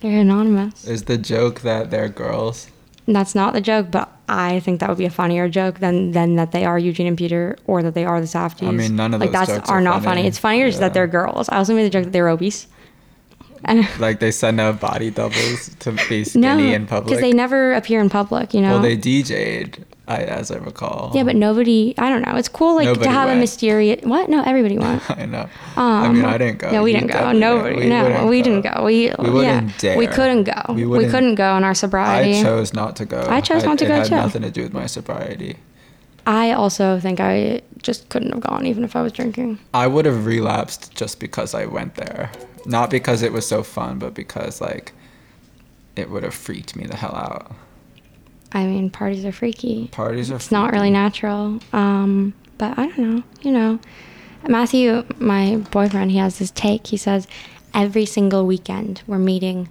Speaker 3: they're anonymous.
Speaker 2: is the joke that they're girls.
Speaker 3: And that's not the joke, but I think that would be a funnier joke than than that they are Eugene and Peter or that they are the Safdies.
Speaker 2: I mean, none of
Speaker 3: like
Speaker 2: those
Speaker 3: that's
Speaker 2: jokes
Speaker 3: are
Speaker 2: are
Speaker 3: not funny.
Speaker 2: funny.
Speaker 3: It's funnier just that
Speaker 2: Yeah.
Speaker 3: they're girls. I also made the joke that they're obese. And-
Speaker 2: Like they send out body doubles to be skinny in public.
Speaker 3: because they never appear in public, you know.
Speaker 2: well, they DJ'd, I, as I recall.
Speaker 3: yeah, but nobody. I don't know. It's cool, like
Speaker 2: Nobody
Speaker 3: to have a
Speaker 2: went.
Speaker 3: mysterious. What? No, everybody went.
Speaker 2: I know. I mean, I didn't go.
Speaker 3: No,
Speaker 2: Oh,
Speaker 3: Oh, uh-huh. we
Speaker 2: You
Speaker 3: didn't go.
Speaker 2: definitely
Speaker 3: No,
Speaker 2: didn't.
Speaker 3: no,
Speaker 2: wouldn't
Speaker 3: we didn't go. We,
Speaker 2: We wouldn't
Speaker 3: yeah, We
Speaker 2: dare.
Speaker 3: couldn't go.
Speaker 2: We
Speaker 3: We,
Speaker 2: wouldn't-
Speaker 3: couldn't go in our sobriety.
Speaker 2: I
Speaker 3: I,
Speaker 2: chose not to go.
Speaker 3: I chose not to
Speaker 2: it
Speaker 3: go,
Speaker 2: had
Speaker 3: too.
Speaker 2: nothing to do with my sobriety.
Speaker 3: also think I just couldn't have gone even if I was drinking.
Speaker 2: I would have relapsed just because I went there. Not because it was so fun, but because like it would have freaked me the hell out.
Speaker 3: I mean, parties are freaky.
Speaker 2: Parties are
Speaker 3: It's not really natural. Um, but I don't know. You know, Matthew, my boyfriend, he has this take. He says every single weekend we're meeting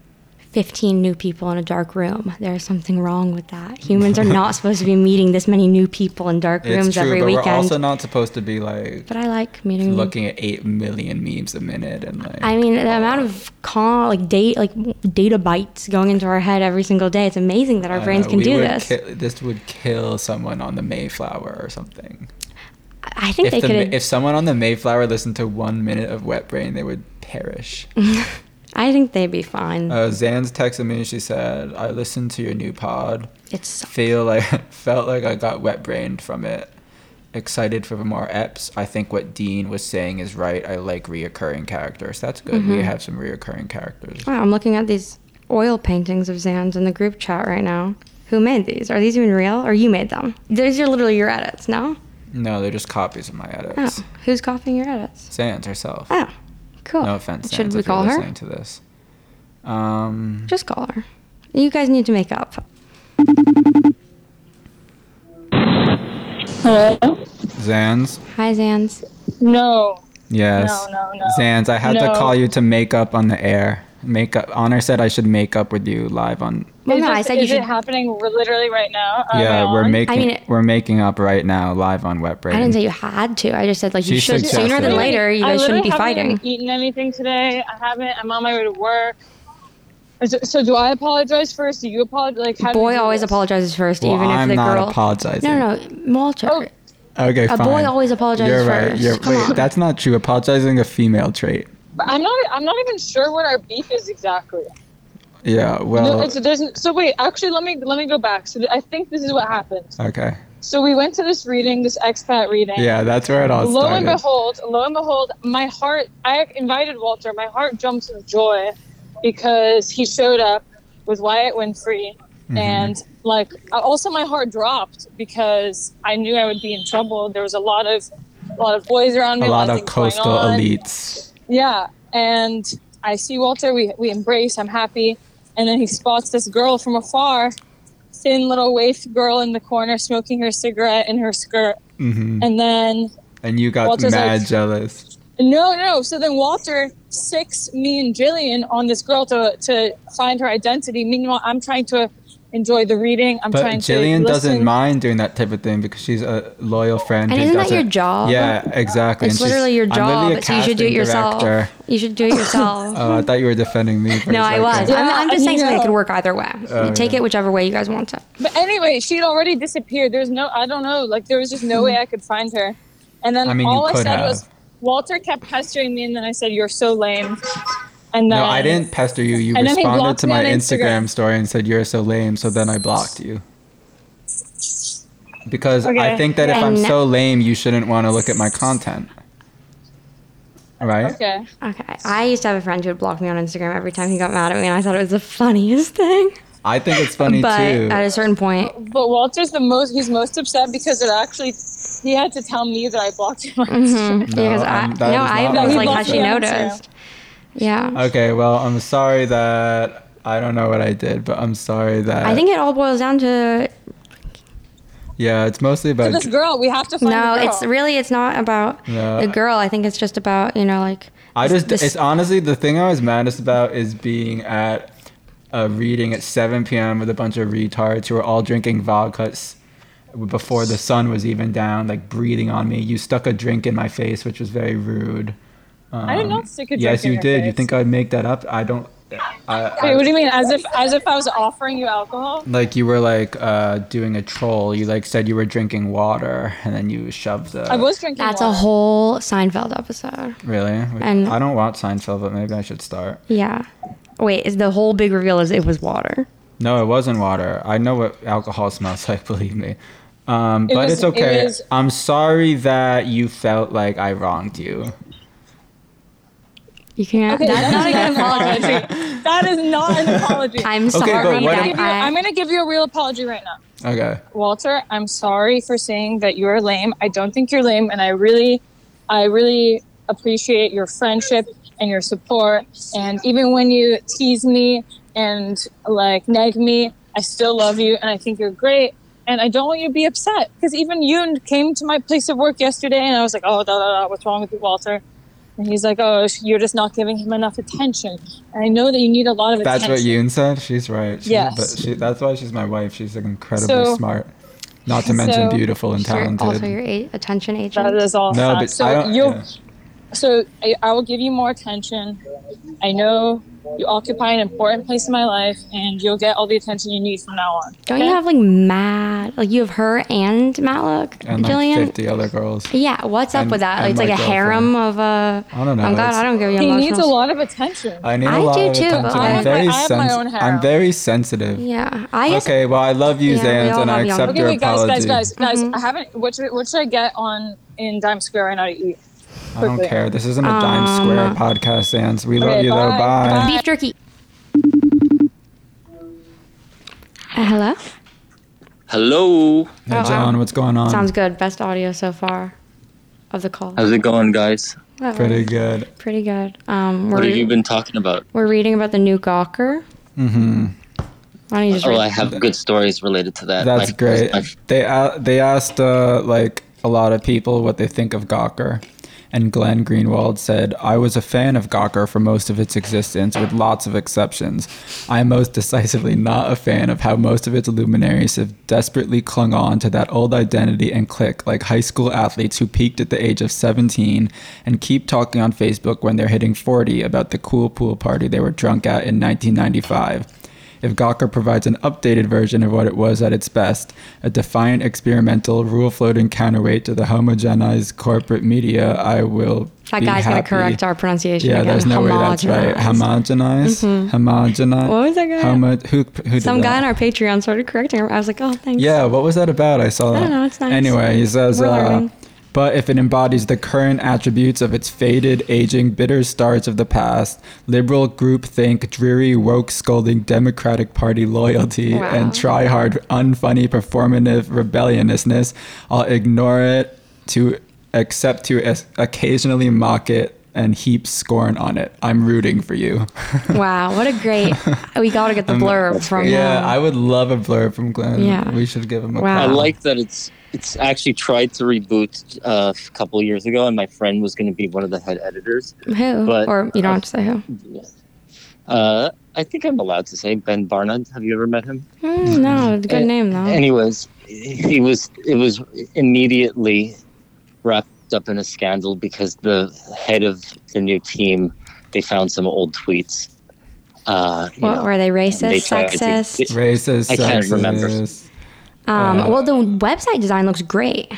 Speaker 3: 15 new people in a dark room. There is something wrong with that. Humans are not supposed to be meeting this many new people in dark
Speaker 2: It's
Speaker 3: rooms
Speaker 2: true,
Speaker 3: every
Speaker 2: but
Speaker 3: weekend.
Speaker 2: we're also not supposed to be like
Speaker 3: but I like meeting
Speaker 2: looking at eight million memes a minute and like.
Speaker 3: I mean, the amount of con like date like data bytes going into our head every single day. It's amazing that our
Speaker 2: I
Speaker 3: brains
Speaker 2: know,
Speaker 3: can
Speaker 2: we
Speaker 3: do
Speaker 2: would
Speaker 3: this.
Speaker 2: ki- this would kill someone on the Mayflower or something.
Speaker 3: I think
Speaker 2: If
Speaker 3: they
Speaker 2: the,
Speaker 3: could.
Speaker 2: if someone on the Mayflower listened to one minute of Wet Brain, they would perish.
Speaker 3: I think they'd be fine.
Speaker 2: Uh, Zan's texted me. She said, "I listened to your new pod.
Speaker 3: it's
Speaker 2: Feel like felt like I got wet brained from it. Excited for more eps. I think what Dean was saying is right. I like reoccurring characters. That's good.
Speaker 3: Mm-hmm.
Speaker 2: We have some reoccurring characters.
Speaker 3: wow. I'm looking at these oil paintings of Zan's in the group chat right now. Who made these? Are these even real? Or you made them? These are literally your edits. No.
Speaker 2: No, they're just copies of my edits.
Speaker 3: Oh, who's copying your edits?
Speaker 2: Sans herself.
Speaker 3: Oh, cool.
Speaker 2: No offense,
Speaker 3: Should
Speaker 2: Sans,
Speaker 3: we
Speaker 2: if you're
Speaker 3: call her?
Speaker 2: listening to this. Um,
Speaker 3: Just call her. You guys need to make up.
Speaker 4: Hello?
Speaker 2: Sans.
Speaker 3: Hi, Zan's.
Speaker 4: No.
Speaker 2: Yes.
Speaker 4: No, no, no.
Speaker 2: Sans, I had
Speaker 4: No.
Speaker 2: to call you to make up on the air. Make up. Honor said I should make up with you live on
Speaker 3: Well,
Speaker 5: is
Speaker 3: no,
Speaker 5: this,
Speaker 3: I said you
Speaker 5: is it
Speaker 3: should.
Speaker 5: happening r- literally right now? Am I
Speaker 2: Yeah, we're
Speaker 5: on?
Speaker 2: making
Speaker 3: mean, it-
Speaker 2: we're making up right now, live on Wet Brain.
Speaker 3: I didn't say you had to. I just said like you
Speaker 2: She
Speaker 3: should
Speaker 2: suggested
Speaker 3: sooner
Speaker 2: it.
Speaker 3: than later. You
Speaker 5: I
Speaker 3: guys shouldn't be
Speaker 5: literally haven't
Speaker 3: fighting.
Speaker 5: even Eaten anything today? I haven't. I'm on my way to work. Is it- So do I apologize first? Do you apologize? Like, how do we
Speaker 3: boy
Speaker 5: do
Speaker 3: always
Speaker 5: this?
Speaker 3: apologizes first,
Speaker 2: well,
Speaker 3: even
Speaker 2: I'm
Speaker 3: if the
Speaker 2: not
Speaker 3: girl.
Speaker 2: apologizing.
Speaker 3: No, no, no, Walter.
Speaker 5: Oh,
Speaker 2: Okay, fine.
Speaker 3: a boy always apologizes
Speaker 2: You're right.
Speaker 3: 1st
Speaker 2: You're,
Speaker 3: Come
Speaker 2: wait,
Speaker 3: on.
Speaker 2: that's not true. Apologizing a female trait.
Speaker 5: But I'm not. I'm not even sure what our beef is exactly.
Speaker 2: Yeah.
Speaker 5: No,
Speaker 2: Well.
Speaker 5: it's, there's, n- so wait, actually, let me let me go back. So th- I think this is what happened.
Speaker 2: okay.
Speaker 5: So we went to this reading, this expat reading.
Speaker 2: Yeah, that's where it all
Speaker 5: Lo and
Speaker 2: started.
Speaker 5: behold, lo and behold, my heart. I invited Walter. My heart jumped with joy because he showed up with Wyatt Winfrey,
Speaker 2: Mm-hmm.
Speaker 5: and like also my heart dropped because I knew I would be in trouble. There was a lot of a lot of boys around me.
Speaker 2: a lot of
Speaker 5: things going
Speaker 2: coastal
Speaker 5: on.
Speaker 2: elites.
Speaker 5: Yeah, and I see Walter. We we embrace. I'm happy, and then he spots this girl from afar, thin little waif girl in the corner smoking her cigarette in her skirt,
Speaker 2: hmm
Speaker 5: and then.
Speaker 2: And you got
Speaker 5: Walter's
Speaker 2: mad
Speaker 5: like-
Speaker 2: jealous.
Speaker 5: No, no. So then Walter sicks me and Jillian on this girl to to find her identity. Meanwhile, I'm trying to enjoy the reading. I'm
Speaker 2: But
Speaker 5: trying
Speaker 2: Jillian
Speaker 5: to
Speaker 2: doesn't
Speaker 5: listen.
Speaker 2: mind doing that type of thing because she's a loyal friend.
Speaker 3: And
Speaker 2: who
Speaker 3: isn't that your
Speaker 2: doesn't-
Speaker 3: job?
Speaker 2: Yeah, exactly.
Speaker 3: It's
Speaker 2: And she's-
Speaker 3: literally your
Speaker 2: I'm literally a
Speaker 3: job, so you should do it
Speaker 2: casting
Speaker 3: yourself.
Speaker 2: director.
Speaker 3: You should do it yourself.
Speaker 2: Oh, I thought you were defending me. for a
Speaker 3: no, I was.
Speaker 2: second.
Speaker 3: I'm, I'm just
Speaker 5: Yeah,
Speaker 3: saying something that
Speaker 5: no.
Speaker 3: could work either way.
Speaker 2: Oh,
Speaker 3: You take
Speaker 2: yeah.
Speaker 3: it whichever way you guys want to.
Speaker 5: But anyway, she'd already disappeared. There's no, I don't know. Like there was just no way I could find her. And then
Speaker 2: I mean, you
Speaker 5: all I
Speaker 2: could
Speaker 5: said
Speaker 2: have.
Speaker 5: was, Walter kept pestering me, and then I said, "You're so lame." And then
Speaker 2: No, I didn't pester you. You
Speaker 5: And then he
Speaker 2: responded
Speaker 5: blocked
Speaker 2: to
Speaker 5: me
Speaker 2: my
Speaker 5: on
Speaker 2: Instagram
Speaker 5: Instagram.
Speaker 2: story and said you're so lame. So then I blocked you. Because I
Speaker 5: Okay.
Speaker 2: think that if I'm
Speaker 3: And-
Speaker 2: so lame, you shouldn't want to look at my content. Right?
Speaker 5: Okay.
Speaker 3: Okay. I used to have a friend who would block me on Instagram every time he got mad at me, and I thought it was the funniest thing.
Speaker 2: I think it's funny
Speaker 3: but
Speaker 2: too.
Speaker 3: at a certain point,
Speaker 5: But Walter's the most. He's most upset because it actually. He had to tell me that I blocked him.
Speaker 3: mhm, because I,
Speaker 2: um, that
Speaker 3: no,
Speaker 2: is
Speaker 3: I
Speaker 2: not
Speaker 3: was
Speaker 5: right.
Speaker 3: like,
Speaker 5: He
Speaker 3: how she
Speaker 5: blocked me on
Speaker 3: noticed. Yeah.
Speaker 2: okay, well, I'm sorry that I don't know what I did, but I'm sorry that
Speaker 3: I think it all boils down to
Speaker 2: yeah, it's mostly
Speaker 5: For
Speaker 2: about
Speaker 5: this girl, we have to find.
Speaker 3: no.
Speaker 5: the girl.
Speaker 3: It's really it's not about
Speaker 2: No.
Speaker 3: the girl. I think it's just about you know like
Speaker 2: I just
Speaker 3: this-
Speaker 2: it's honestly the thing I was maddest about is being at a reading at 7 p.m. with a bunch of retards who were all drinking vodkas before the sun was even down, like breathing on me. You stuck a drink in my face, which was very rude.
Speaker 5: I did not stick a drink
Speaker 2: Um, yes,
Speaker 5: in
Speaker 2: you
Speaker 5: your
Speaker 2: did. You
Speaker 5: face.
Speaker 2: think I'd make that up? I don't. I,
Speaker 5: Wait,
Speaker 2: I-
Speaker 5: what do you mean? As if as if I was offering you alcohol?
Speaker 2: like you were like uh, doing a troll. You like said you were drinking water, and then you shoved the.
Speaker 5: I was drinking.
Speaker 3: That's a
Speaker 5: water.
Speaker 3: whole Seinfeld episode.
Speaker 2: really.
Speaker 3: And-
Speaker 2: I don't watch Seinfeld, but maybe I should start.
Speaker 3: Yeah. Wait, is the whole big reveal is it was water.
Speaker 2: No, it wasn't water. I know what alcohol smells like. Believe me. Um, but
Speaker 5: was-
Speaker 2: it's okay.
Speaker 5: it was-
Speaker 2: I'm sorry that you felt like I wronged you.
Speaker 3: You can't.
Speaker 5: Okay, that's not an apology. That is not an apology.
Speaker 3: I'm
Speaker 2: Okay,
Speaker 3: sorry.
Speaker 2: but what
Speaker 3: that
Speaker 2: if-
Speaker 5: I,
Speaker 3: I,
Speaker 5: am gonna give you a real apology right now,
Speaker 2: Okay.
Speaker 5: Walter. I'm sorry for saying that you are lame. I don't think you're lame, and I really, I really appreciate your friendship and your support. And even when you tease me and like nag me, I still love you, and I think you're great. And I don't want you to be upset because even you came to my place of work yesterday, and I was like, "Oh, da da da, what's wrong with you, Walter?" And he's like, "Oh, you're just not giving him enough attention." And I know that you need a lot of
Speaker 2: That's
Speaker 5: attention.
Speaker 2: what Yoon said. She's right. She's,
Speaker 5: Yes.
Speaker 2: But she, that's why she's my wife. She's like incredibly
Speaker 5: So-
Speaker 2: smart. Not to mention
Speaker 5: So-
Speaker 2: beautiful and
Speaker 3: you're
Speaker 2: talented.
Speaker 3: also your a- attention agent.
Speaker 5: That is all.
Speaker 2: No,
Speaker 5: facts.
Speaker 2: but
Speaker 5: so
Speaker 2: I don't-
Speaker 5: you,
Speaker 2: yeah.
Speaker 5: so I, I will give you more attention. I know you occupy an important place in my life, and you'll get all the attention you need from now on.
Speaker 3: Don't
Speaker 5: okay?
Speaker 3: you have like Matt? Like you have her and Matlock,
Speaker 2: and like
Speaker 3: Jillian.
Speaker 2: 50 other girls.
Speaker 3: yeah, what's up
Speaker 2: And-
Speaker 3: with that? Like,
Speaker 2: and
Speaker 3: it's like
Speaker 2: my
Speaker 3: a harem of a.
Speaker 2: I don't know,
Speaker 3: I'm glad
Speaker 2: it's-
Speaker 3: I don't give you
Speaker 5: He
Speaker 3: emotional.
Speaker 5: needs a lot of attention.
Speaker 2: I need
Speaker 3: I
Speaker 2: a lot
Speaker 3: do
Speaker 2: of
Speaker 3: too, but
Speaker 2: attention.
Speaker 3: I
Speaker 2: I'm
Speaker 3: have
Speaker 2: very
Speaker 5: my- I have my own
Speaker 2: sensitive.
Speaker 5: harem.
Speaker 2: I'm very sensitive.
Speaker 3: Yeah, I guess
Speaker 2: Okay, well, I love you,
Speaker 3: Yeah, we
Speaker 2: Zans,
Speaker 3: all
Speaker 2: and I
Speaker 3: love you.
Speaker 2: accept
Speaker 3: Okay,
Speaker 5: okay,
Speaker 2: your
Speaker 5: wait, guys,
Speaker 2: apology.
Speaker 5: guys, guys, guys.
Speaker 3: Mm-hmm.
Speaker 5: I haven't. What should, what should I get on in Dime Square right now to eat?
Speaker 2: I don't
Speaker 5: quickly.
Speaker 2: care. This isn't a Dime Square
Speaker 3: Um,
Speaker 2: podcast, Zans. We love
Speaker 5: Okay,
Speaker 2: you, though.
Speaker 5: bye,
Speaker 2: Bye.
Speaker 3: beef jerky. Uh, hello.
Speaker 6: Hello.
Speaker 2: Hey,
Speaker 3: Oh,
Speaker 2: John,
Speaker 3: wow.
Speaker 2: what's going on?
Speaker 3: Sounds good. Best audio so far of the call.
Speaker 6: How's it going, guys?
Speaker 3: That
Speaker 2: Pretty
Speaker 3: was
Speaker 2: good.
Speaker 3: pretty good. Um, we're,
Speaker 6: What have you been talking about?
Speaker 3: we're reading about the new Gawker.
Speaker 2: hmm
Speaker 3: Why don't you just
Speaker 6: Oh,
Speaker 3: read-
Speaker 6: I have good stories related to that.
Speaker 2: That's
Speaker 6: Like,
Speaker 2: great.
Speaker 6: like,
Speaker 2: They a they asked uh, like a lot of people what they think of Gawker, and Glenn Greenwald said, "I was a fan of Gawker for most of its existence, with lots of exceptions. I am most decisively not a fan of how most of its luminaries have desperately clung on to that old identity and clique, like high school athletes who peaked at the age of 17 and keep talking on Facebook when they're hitting 40 about the cool pool party they were drunk at in 1995." If Gawker provides an updated version of what it was at its best, a defiant experimental rule floating counterweight to the homogenized corporate media, I will.
Speaker 3: that
Speaker 2: be
Speaker 3: guy's
Speaker 2: happy.
Speaker 3: gonna correct our pronunciation.
Speaker 2: Yeah,
Speaker 3: again.
Speaker 2: there's no way that's right. Homogenize,
Speaker 3: Homogenized.
Speaker 2: homogenize.
Speaker 3: What was that guy?
Speaker 2: Homo- who, who did
Speaker 3: Some guy
Speaker 2: that?
Speaker 3: on our Patreon started correcting him. I was like, oh, thanks.
Speaker 2: Yeah, what was that about? I saw that.
Speaker 3: don't know, it's nice.
Speaker 2: Anyway, he says,
Speaker 3: We're
Speaker 2: uh,
Speaker 3: learning.
Speaker 2: but if it embodies the current attributes of its faded, aging, bitter stars of the past, liberal groupthink, dreary, woke, scolding Democratic Party loyalty,
Speaker 3: Wow.
Speaker 2: and try hard, unfunny, performative rebelliousness, I'll ignore it to except to as- occasionally mock it and heap scorn on it. I'm rooting for you.
Speaker 3: Wow, what a great. we gotta get the blurb from
Speaker 2: Um,
Speaker 3: um,
Speaker 2: yeah,
Speaker 3: him.
Speaker 2: I would love a blurb from Glenn.
Speaker 3: Yeah.
Speaker 2: We should give him a
Speaker 3: Wow.
Speaker 6: I
Speaker 2: call.
Speaker 6: like that it's it's actually tried to reboot uh, a couple of years ago, and my friend was going to be one of the head editors.
Speaker 3: who?
Speaker 6: but-
Speaker 3: or you don't have to say who.
Speaker 6: Uh, I think I'm allowed to say Ben Barnard. Have you ever met him?
Speaker 3: Mm, no, it's a good
Speaker 6: Eh,
Speaker 3: name though.
Speaker 6: Anyways, he was it was immediately wrapped up in a scandal because the head of the new team they found some old tweets. Uh, you
Speaker 3: what
Speaker 6: know,
Speaker 3: were they?
Speaker 6: they
Speaker 3: Racist,
Speaker 6: tried to-
Speaker 3: sexist.
Speaker 2: Racist,
Speaker 6: I can't remember.
Speaker 2: sexist.
Speaker 3: Um,
Speaker 2: Uh,
Speaker 3: well, the website design looks great.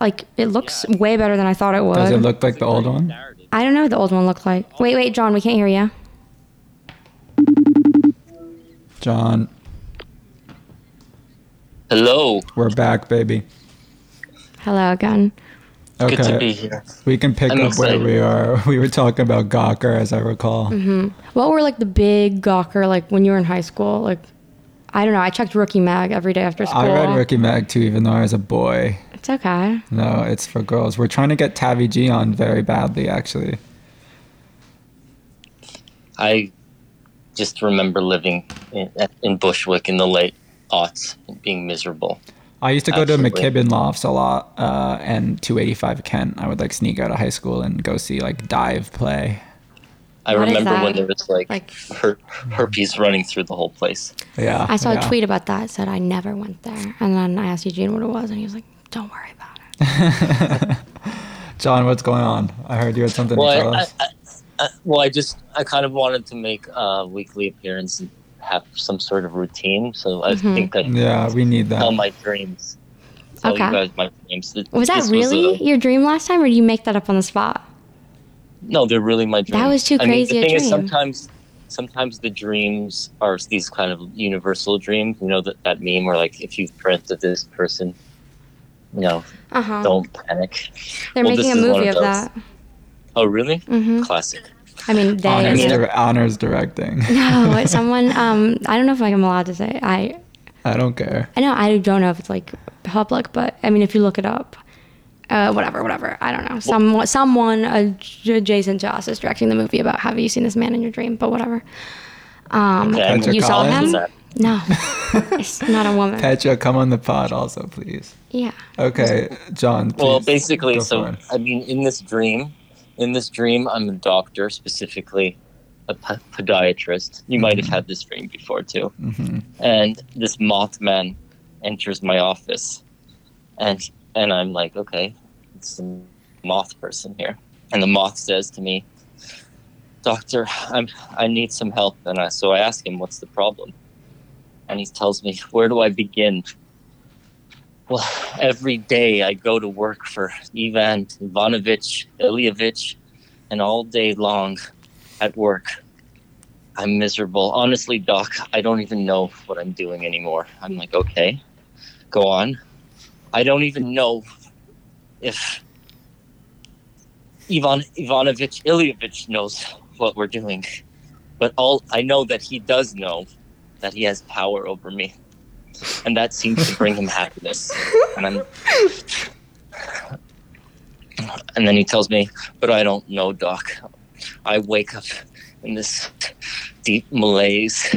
Speaker 3: Like it looks way better than I thought it would.
Speaker 2: Does it look like the old one?
Speaker 3: I don't know what the old one looked like. Wait, wait, John, we can't hear you.
Speaker 2: John,
Speaker 6: Hello,
Speaker 2: we're back, baby.
Speaker 3: Hello again.
Speaker 2: Okay,
Speaker 6: good to be here.
Speaker 2: we can pick
Speaker 6: I'm
Speaker 2: up
Speaker 6: excited.
Speaker 2: where we are. We were talking about Gawker, as I recall.
Speaker 3: Mm-hmm. What were like the big gawker like when you were in high school? Like, I don't know. I checked Rookie Mag every day after school.
Speaker 2: I read Ricky Mag too, even though I was a boy.
Speaker 3: It's okay.
Speaker 2: No, it's for girls. We're trying to get Tavi G on very badly, actually.
Speaker 6: I just remember living in, in Bushwick in the late aughts and being miserable.
Speaker 2: I used to go to
Speaker 6: Absolutely.
Speaker 2: McKibben Lofts a lot uh, and 285 Kent. I would like sneak out of high school and go see like dive play.
Speaker 6: I
Speaker 3: What is
Speaker 6: remember
Speaker 3: that?
Speaker 6: when there was like,
Speaker 3: Like-
Speaker 6: her- herpes running through the whole place.
Speaker 2: Yeah,
Speaker 3: I saw
Speaker 2: yeah.
Speaker 3: a tweet about that. It said I never went there, and then I asked Eugene what it was, and he was like, "Don't worry about it."
Speaker 2: John, what's going on? I heard you had something
Speaker 6: Well,
Speaker 2: to tell
Speaker 6: I, I,
Speaker 2: us.
Speaker 6: I, uh, well, I just I kind of wanted to make a weekly appearance and have some sort of routine. So I
Speaker 3: Mhm.
Speaker 6: think I
Speaker 2: Yeah, we need
Speaker 6: tell
Speaker 2: that.
Speaker 6: my dreams. Tell
Speaker 3: Okay.
Speaker 6: you guys my dreams. Th-
Speaker 3: Was that
Speaker 6: this
Speaker 3: really
Speaker 6: a-
Speaker 2: uh,
Speaker 3: your dream last time, or did you make that up on the spot?
Speaker 6: no, they're really my dreams.
Speaker 3: was too
Speaker 6: I mean,
Speaker 3: crazy a
Speaker 6: the thing is,
Speaker 3: dream.
Speaker 6: sometimes sometimes the dreams are these kind of universal dreams. You know that that meme where like if you've dreamt of this person, you know,
Speaker 3: Uh huh.
Speaker 6: don't panic.
Speaker 3: They're
Speaker 6: well,
Speaker 3: making a
Speaker 6: this is one
Speaker 3: movie of
Speaker 6: of
Speaker 3: that.
Speaker 6: those. Oh, really?
Speaker 3: hmm
Speaker 6: Classic.
Speaker 3: I mean, they.
Speaker 2: Honors,
Speaker 6: mean-
Speaker 3: yeah.
Speaker 2: dir- honors directing.
Speaker 3: no, it's someone. Um, I don't know if I'm allowed to say. I
Speaker 2: I don't care.
Speaker 3: I know I don't know if it's like public, but I mean, if you look it up, uh, whatever, whatever. I don't know. Someone, someone adj- adjacent to us is directing the movie about have you seen this man in your dream? But whatever. Um,
Speaker 6: Okay, I'm
Speaker 2: Patrick
Speaker 3: you saw
Speaker 2: Collins?
Speaker 3: him?
Speaker 6: Is that-
Speaker 3: No, it's not a woman.
Speaker 2: Petra, come on the pod also, please.
Speaker 3: yeah.
Speaker 2: Okay, John. Please
Speaker 6: Well, basically,
Speaker 2: go
Speaker 6: so
Speaker 2: for it.
Speaker 6: I mean, in this dream, in this dream, I'm a doctor, specifically a p- podiatrist. You might have
Speaker 2: Mm-hmm.
Speaker 6: had this dream before too.
Speaker 2: Mhm.
Speaker 6: And this Mothman enters my office, and and I'm like, okay, it's a moth person here. And the moth says to me, "Doctor, I'm I need some help." And I so I ask him, "What's the problem?" And he tells me, "Where do I begin?" Well, every day I go to work for Ivan Ivanovich, Ilyevich, and all day long at work, I'm miserable. Honestly, Doc, I don't even know what I'm doing anymore. I'm like, okay, go on. I don't even know if Ivan Ivanovich Ilyevich knows what we're doing, but all I know that he does know that he has power over me, and that seems to bring him happiness. And I'm, and then he tells me, but I don't know, Doc. I wake up in this deep malaise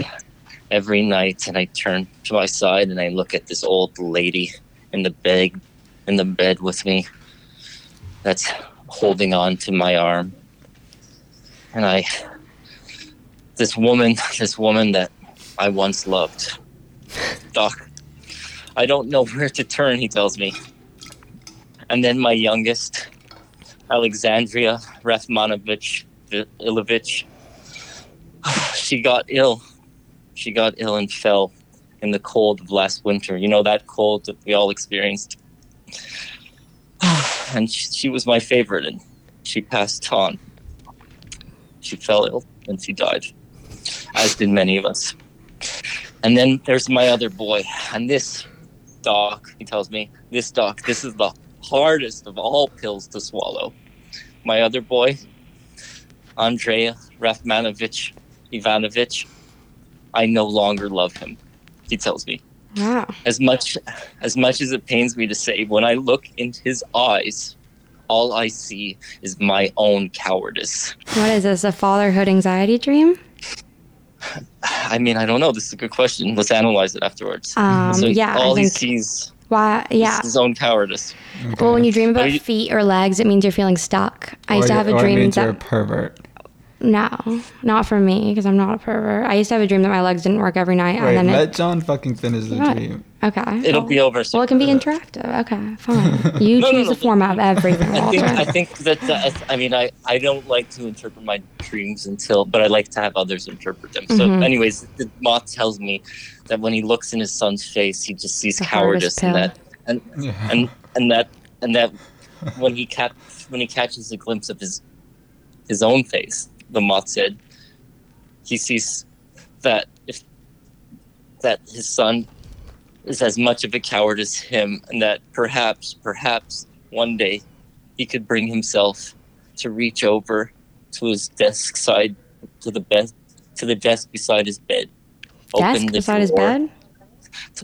Speaker 6: every night and I turn to my side and I look at this old lady in the bed in the bed with me that's holding on to my arm. And I this woman this woman that I once loved. Doc I don't know where to turn, he tells me. And then my youngest, Alexandria Rathmanovich Ilovich, she got ill. She got ill and fell in the cold of last winter. You know, that cold that we all experienced. And she, she was my favorite, and she passed on. She fell ill and she died, as did many of us. And then there's my other boy, and this doc, he tells me, this doc, this is the hardest of all pills to swallow. My other boy, Andrea Rafmanovich Ivanovich, I no longer love him. He tells me
Speaker 3: Wow.
Speaker 6: as much as much as it pains me to say when i look in his eyes all i see is my own cowardice
Speaker 3: What is this? A fatherhood anxiety dream?
Speaker 6: i mean i don't know this is a good question let's analyze it afterwards
Speaker 3: Um,
Speaker 6: so
Speaker 3: yeah.
Speaker 6: all
Speaker 3: I
Speaker 6: he
Speaker 3: think.
Speaker 6: sees
Speaker 3: Why? Yeah.
Speaker 6: is his own cowardice
Speaker 2: Okay.
Speaker 3: Well, when you dream
Speaker 6: Are
Speaker 3: about
Speaker 6: you-
Speaker 3: feet or legs, it means you're feeling stuck. I used
Speaker 2: Or
Speaker 3: to
Speaker 2: you-
Speaker 3: have
Speaker 2: or
Speaker 3: a
Speaker 2: it
Speaker 3: dream
Speaker 2: means you're a
Speaker 3: that
Speaker 2: pervert.
Speaker 3: no, not for me because I'm not a pervert. I used to have a dream that my legs didn't work every night,
Speaker 2: Wait,
Speaker 3: and then
Speaker 2: let
Speaker 3: it,
Speaker 2: John fucking finish the
Speaker 3: Yeah.
Speaker 2: dream.
Speaker 3: okay,
Speaker 6: it'll
Speaker 3: Oh.
Speaker 6: be over Uh, soon.
Speaker 3: Well, it can be interactive. Okay, fine. You
Speaker 6: No, no,
Speaker 3: choose
Speaker 6: no.
Speaker 3: the format of everything,
Speaker 6: I
Speaker 3: Walter.
Speaker 6: think I think that the, I th- I mean I, I don't like to interpret my dreams until but I like to have others interpret them. So
Speaker 3: Mhm.
Speaker 6: anyways, the moth tells me that when he looks in his son's face, he just sees
Speaker 3: The hardest
Speaker 6: cowardice and
Speaker 3: pill.
Speaker 6: that and
Speaker 2: Yeah.
Speaker 6: and and that and that when he cat when he catches a glimpse of his his own face, the moth said, he sees that if that his son is as much of a coward as him, and that perhaps, perhaps one day he could bring himself to reach over to his desk side to the bed to the desk beside his bed.
Speaker 3: Desk beside his bed,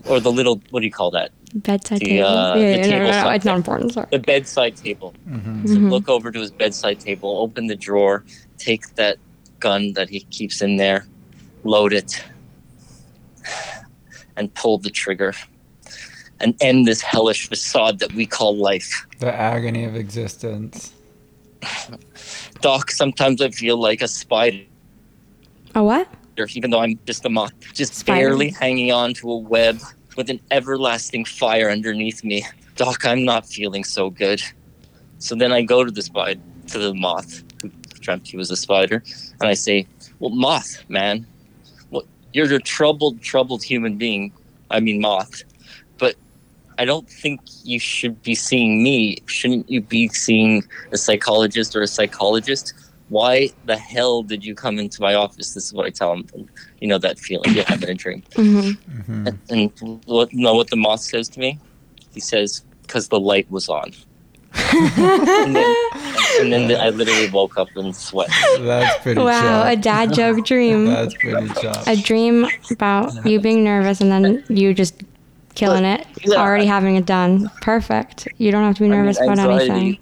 Speaker 6: Or the little what do you call that?
Speaker 3: bedside
Speaker 6: The,
Speaker 3: table.
Speaker 6: uh,
Speaker 3: yeah,
Speaker 6: the
Speaker 3: yeah,
Speaker 6: table
Speaker 3: no, no, no, it's
Speaker 6: something.
Speaker 3: not important. Sorry.
Speaker 6: The bedside table.
Speaker 2: Mhm.
Speaker 6: So
Speaker 3: Mhm.
Speaker 6: look over to his bedside table, open the drawer, take that gun that he keeps in there, load it, and pull the trigger and end this hellish facade that we call life.
Speaker 2: The agony of existence.
Speaker 6: Doc, sometimes I feel like a spider,
Speaker 3: A what?
Speaker 6: even though I'm just a moth, just
Speaker 3: Spider.
Speaker 6: barely hanging on to a web with an everlasting fire underneath me. Doc, I'm not feeling so good. So then I go to the spider, to the moth, dreamt she was a spider. And I say, Well, moth, man. Well, you're a troubled, troubled human being. I mean, moth. But I don't think you should be seeing me. Shouldn't you be seeing a psychologist or a psychologist? Why the hell did you come into my office? This is what I tell them. You know, that feeling you have in a dream.
Speaker 3: hmm
Speaker 2: hmm
Speaker 6: And what, know what the moth says to me? He says, Because the light was on. and then, and then I literally woke up in sweat.
Speaker 2: That's pretty
Speaker 3: Wow, a
Speaker 2: chopped.
Speaker 3: dad joke dream.
Speaker 2: That's pretty chopped.
Speaker 3: A dream about you being nervous and then you just killing it,
Speaker 6: Yeah.
Speaker 3: already having it done. Perfect. You don't have to be
Speaker 6: I mean,
Speaker 3: nervous about anything.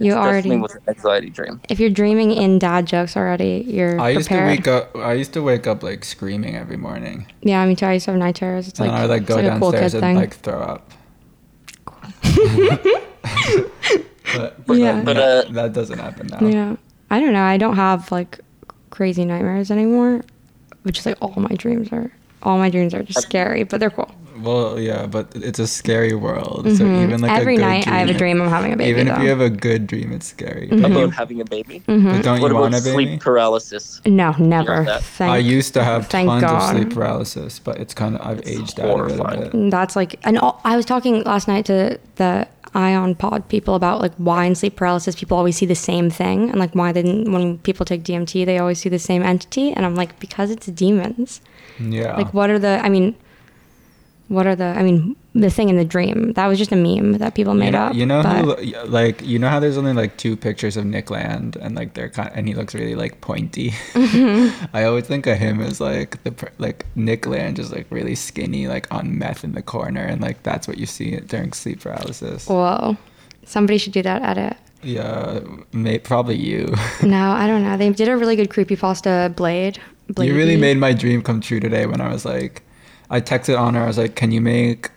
Speaker 3: You
Speaker 6: It definitely
Speaker 3: already,
Speaker 6: was an anxiety dream.
Speaker 3: if you're dreaming in dad jokes already, you're
Speaker 2: I used
Speaker 3: prepared.
Speaker 2: to wake up. I used to wake up like screaming every morning,
Speaker 3: yeah, me too. I used to have night terrors. It's like,
Speaker 2: and I would like
Speaker 3: it's
Speaker 2: go
Speaker 3: like a cool kid
Speaker 2: downstairs and
Speaker 3: thing.
Speaker 2: like throw up. but but,
Speaker 3: Yeah.
Speaker 6: But,
Speaker 2: no,
Speaker 6: uh,
Speaker 2: that doesn't happen now.
Speaker 3: yeah, I don't know. I don't have like crazy nightmares anymore, which is like all my dreams are. All my dreams are just scary, but they're cool.
Speaker 2: Well, yeah, but it's a scary world. So
Speaker 3: Mhm.
Speaker 2: even like a
Speaker 3: Every
Speaker 2: good
Speaker 3: night I have a
Speaker 2: dream-
Speaker 3: dream I'm having a baby.
Speaker 2: Even if
Speaker 3: though. Mm-hmm.
Speaker 2: you have a good dream, it's scary. But,
Speaker 6: How
Speaker 2: you-
Speaker 6: About having a baby.
Speaker 2: but don't
Speaker 6: What
Speaker 2: you
Speaker 6: about
Speaker 2: want a baby?
Speaker 6: sleep paralysis?
Speaker 3: No, never.
Speaker 6: that.
Speaker 3: Thank,
Speaker 2: I used to have
Speaker 3: thank
Speaker 2: tons of sleep
Speaker 3: God.
Speaker 2: paralysis, but it's kind of I've aged out a
Speaker 6: horrifying.
Speaker 2: little bit.
Speaker 3: That's like, and all, I was talking last night to the Ion Pod people about like why in sleep paralysis people always see the same thing, and like why they didn't when people take DMT they always see the same entity, and I'm like because it's demons.
Speaker 2: Yeah.
Speaker 3: Like what are the? I mean, what are the? I mean, the thing in the dream that was just a meme that people made
Speaker 2: you know,
Speaker 3: up.
Speaker 2: you know
Speaker 3: but,
Speaker 2: who, yeah, like you know how there's only like two pictures of Nick Land and like they're kind and he looks really like pointy.
Speaker 3: Mm-hmm.
Speaker 2: I always think of him as like the per- like Nick Land is like really skinny like on meth in the corner and like that's what you see during sleep paralysis.
Speaker 3: whoa, somebody should do that edit.
Speaker 2: Yeah, may, probably you.
Speaker 3: No, I don't know. They did a really good creepypasta blade. Blade.
Speaker 2: You really made my dream come true today when I was like, I texted on her. I was like, can you make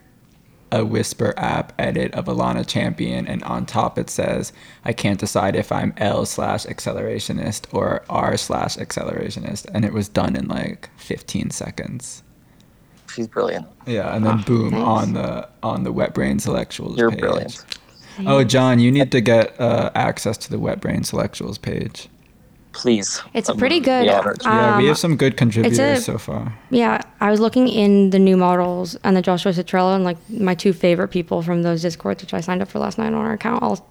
Speaker 2: a Whisper app edit of Alana Champion? And on top it says, I can't decide if I'm L slash accelerationist or R slash accelerationist. And it was done in like 15 seconds.
Speaker 6: She's brilliant.
Speaker 2: Yeah, and
Speaker 3: Ah,
Speaker 2: then boom
Speaker 3: thanks.
Speaker 2: on the on the Wet Brain Selectuals
Speaker 6: You're
Speaker 2: page.
Speaker 6: brilliant.
Speaker 2: Oh, John, you need to get uh, access to the Wet Brain Selectuals page.
Speaker 6: Please.
Speaker 3: It's
Speaker 6: I would
Speaker 3: pretty
Speaker 6: be
Speaker 3: good.
Speaker 6: honored.
Speaker 2: Yeah, we
Speaker 3: Um,
Speaker 2: have some good contributors
Speaker 3: a-
Speaker 2: so far.
Speaker 3: Yeah, I was looking in the new models and the Joshua Citrella and like my two favorite people from those discords, which I signed up for last night on our account. I'll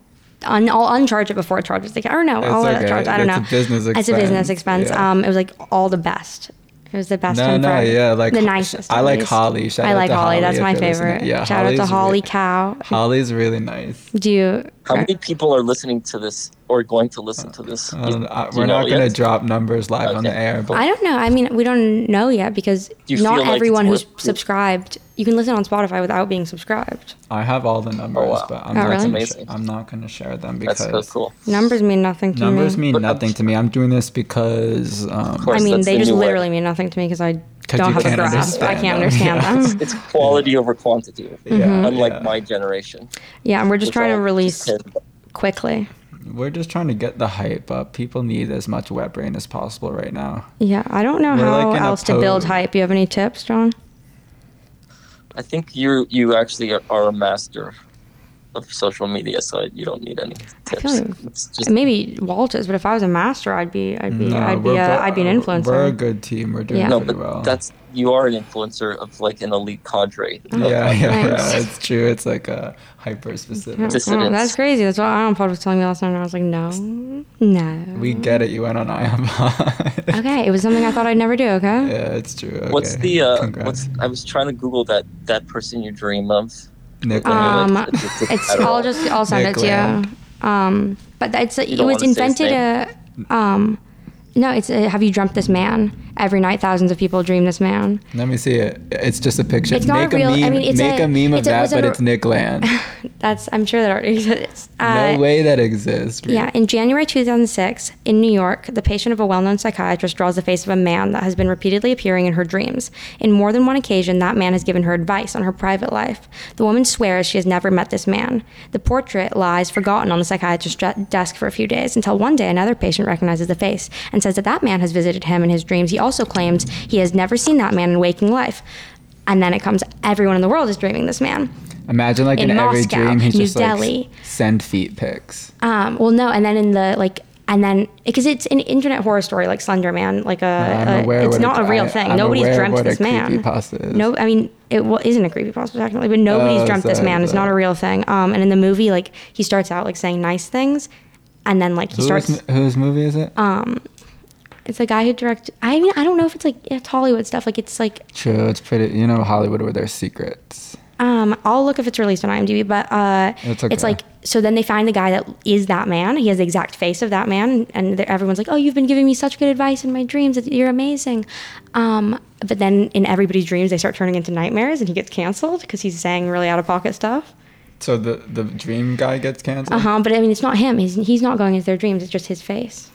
Speaker 3: un- I'll uncharge it before it charges the account. Or no,
Speaker 2: It's
Speaker 3: I'll let
Speaker 2: okay.
Speaker 3: it charge. I don't
Speaker 2: It's
Speaker 3: know.
Speaker 2: a business
Speaker 3: It's a business
Speaker 2: expense,
Speaker 3: expense.
Speaker 2: yeah.
Speaker 3: Um, it was like all the best. It was the best.
Speaker 2: No,
Speaker 3: one
Speaker 2: no,
Speaker 3: for-
Speaker 2: yeah, like
Speaker 3: the
Speaker 2: Ho-
Speaker 3: nicest.
Speaker 2: I
Speaker 3: at
Speaker 2: like
Speaker 3: least.
Speaker 2: Holly. Shout
Speaker 3: I
Speaker 2: out
Speaker 3: like
Speaker 2: to
Speaker 3: Holly.
Speaker 2: Holly
Speaker 3: That's
Speaker 2: if
Speaker 3: my
Speaker 2: you're listening.
Speaker 3: favorite.
Speaker 2: Yeah,
Speaker 3: Shout out to
Speaker 2: Holly's
Speaker 3: Holly
Speaker 2: really-
Speaker 3: Cow.
Speaker 2: Holly's really nice.
Speaker 3: Do you?
Speaker 6: How many people are listening to this or going to listen to this?
Speaker 2: Um, I-
Speaker 6: Do you
Speaker 2: we're
Speaker 6: know
Speaker 2: not going
Speaker 6: yet?
Speaker 2: to drop numbers live on the
Speaker 6: Okay.
Speaker 2: air, but
Speaker 3: I don't know. I mean, we don't know yet because
Speaker 6: you
Speaker 3: not
Speaker 6: feel like
Speaker 3: everyone
Speaker 6: it's
Speaker 3: who's
Speaker 6: worth-
Speaker 3: subscribed. You can listen on Spotify without being subscribed.
Speaker 2: I have all the numbers,
Speaker 6: wow.
Speaker 2: but I'm not
Speaker 3: Oh, really?
Speaker 2: gonna sh-
Speaker 6: Amazing.
Speaker 2: I'm not going to share them
Speaker 6: That's
Speaker 2: because
Speaker 6: so cool.
Speaker 3: Numbers mean nothing to me.
Speaker 2: numbers mean
Speaker 6: But I'm-
Speaker 2: nothing to me. I'm doing this because um,
Speaker 6: course,
Speaker 3: I mean,
Speaker 6: that's
Speaker 3: they
Speaker 6: the
Speaker 3: just
Speaker 6: new way.
Speaker 3: literally mean nothing to me because I don't
Speaker 2: you
Speaker 3: have a
Speaker 2: can't
Speaker 3: grasp. I
Speaker 2: understand
Speaker 3: can't
Speaker 2: them.
Speaker 3: understand
Speaker 2: Yeah.
Speaker 3: them.
Speaker 6: It's quality over quantity.
Speaker 2: yeah,
Speaker 6: Unlike
Speaker 2: yeah.
Speaker 6: my generation.
Speaker 3: Yeah, Mm-hmm. and we're just
Speaker 6: which
Speaker 3: trying
Speaker 6: I
Speaker 3: to release
Speaker 6: just said,
Speaker 3: quickly.
Speaker 2: we're just trying to get the hype up. People need as much wet brain as possible right now.
Speaker 3: Yeah, I don't know
Speaker 2: We're
Speaker 3: how
Speaker 2: like in a
Speaker 3: else to build
Speaker 2: pose.
Speaker 3: hype. You have any tips, John?
Speaker 6: I think you you actually are, are a master of social media, so you don't need any tips.
Speaker 3: feel you.
Speaker 6: It's just
Speaker 3: Maybe Walt is, but if I was a master, I'd be, I'd be,
Speaker 2: No,
Speaker 3: I'd be,
Speaker 2: we're
Speaker 3: a,
Speaker 2: bo-
Speaker 3: I'd be an influencer.
Speaker 2: We're a good team. We're doing
Speaker 3: Yeah.
Speaker 6: no,
Speaker 2: pretty
Speaker 6: but
Speaker 2: well.
Speaker 6: that's you are an influencer of like an elite cadre.
Speaker 3: Oh.
Speaker 2: yeah, yeah,
Speaker 3: Thanks.
Speaker 2: yeah, it's true. It's like a hyper specific.
Speaker 6: Just-
Speaker 3: Oh, that's
Speaker 6: Dissidents.
Speaker 3: crazy. That's what Iron Pod was telling me last night, and I was like, no, no.
Speaker 2: We get it. You went on IHOP.
Speaker 3: okay, it was something I thought I'd never do. Okay,
Speaker 2: Yeah, it's true. Okay.
Speaker 6: What's the uh,
Speaker 2: Congrats.
Speaker 6: what's I was trying to Google that that person you dream of.
Speaker 2: Nick
Speaker 6: And you're
Speaker 2: Land.
Speaker 3: Um,
Speaker 6: like, it just-
Speaker 3: it's.
Speaker 6: I don't
Speaker 3: I'll
Speaker 6: know.
Speaker 3: just. I'll send it to
Speaker 2: Nickland.
Speaker 3: you. Um, but it's. It
Speaker 6: don't
Speaker 3: was
Speaker 6: wanna say his
Speaker 3: invented a. Um, no, it's. A, have you dreamt this man? Every night, thousands of people dream this man.
Speaker 2: Let me see it. It's just a picture.
Speaker 3: It's not
Speaker 2: make a
Speaker 3: real- I
Speaker 2: meme.
Speaker 3: mean, it's
Speaker 2: make
Speaker 3: a-
Speaker 2: a, meme of
Speaker 3: it's a- it
Speaker 2: that,
Speaker 3: was a
Speaker 2: but
Speaker 3: re-
Speaker 2: it's Nick Land.
Speaker 3: That's. I'm sure that already exists. Uh,
Speaker 2: no way that exists. Reed.
Speaker 3: Yeah, in January 2006, in New York, the patient of a well known psychiatrist draws the face of a man that has been repeatedly appearing in her dreams. In more than one occasion, that man has given her advice on her private life. The woman swears she has never met this man. The portrait lies forgotten on the psychiatrist's dre- desk for a few days until one day another patient recognizes the face and says that that man has visited him in his dreams. He also claims he has never seen that man in waking life. And then it comes everyone in the world is dreaming this man.
Speaker 2: Imagine like in,
Speaker 3: In
Speaker 2: every
Speaker 3: Moscow,
Speaker 2: dream, he's
Speaker 3: New
Speaker 2: just
Speaker 3: Delhi. Uh,
Speaker 2: like send feet pics.
Speaker 3: Um, well, no, and then in the like And then, because it's an internet horror story, like Slender Man, like a,
Speaker 2: I'm
Speaker 3: a-
Speaker 2: aware
Speaker 3: uh, it's
Speaker 2: what
Speaker 3: not
Speaker 2: a-
Speaker 3: a real
Speaker 2: I-
Speaker 3: thing.
Speaker 2: I'm
Speaker 3: Nobody's
Speaker 2: aware
Speaker 3: dreamt
Speaker 2: what a
Speaker 3: this man.
Speaker 2: creepypasta is.
Speaker 3: No, I mean it well, isn't a creepypasta technically, but nobody's
Speaker 2: Oh,
Speaker 3: dreamt this
Speaker 2: sorry,
Speaker 3: man. It's not
Speaker 2: sorry.
Speaker 3: a real thing. Um, and in the movie, like he starts out like saying nice things, and then like he
Speaker 2: Who's-
Speaker 3: starts.
Speaker 2: whose movie is it?
Speaker 3: It's the guy who directed. I mean, I don't know if it's like it's Hollywood stuff. Like it's like
Speaker 2: True, it's pretty. You know Hollywood with their secrets.
Speaker 3: Um, I'll look if it's released on IMDb, but uh,
Speaker 2: It's
Speaker 3: it's,
Speaker 2: okay.
Speaker 3: like so. Then they find the guy that is that man. He has the exact face of that man, and they're- everyone's like, "Oh, you've been giving me such good advice in my dreams. that You're amazing." Um, but then in everybody's dreams, they start turning into nightmares, and he gets canceled because he's saying really out of pocket stuff.
Speaker 2: So the the dream guy gets canceled.
Speaker 3: Uh huh. But I mean, it's not him. He's he's not going into their dreams. It's just his face.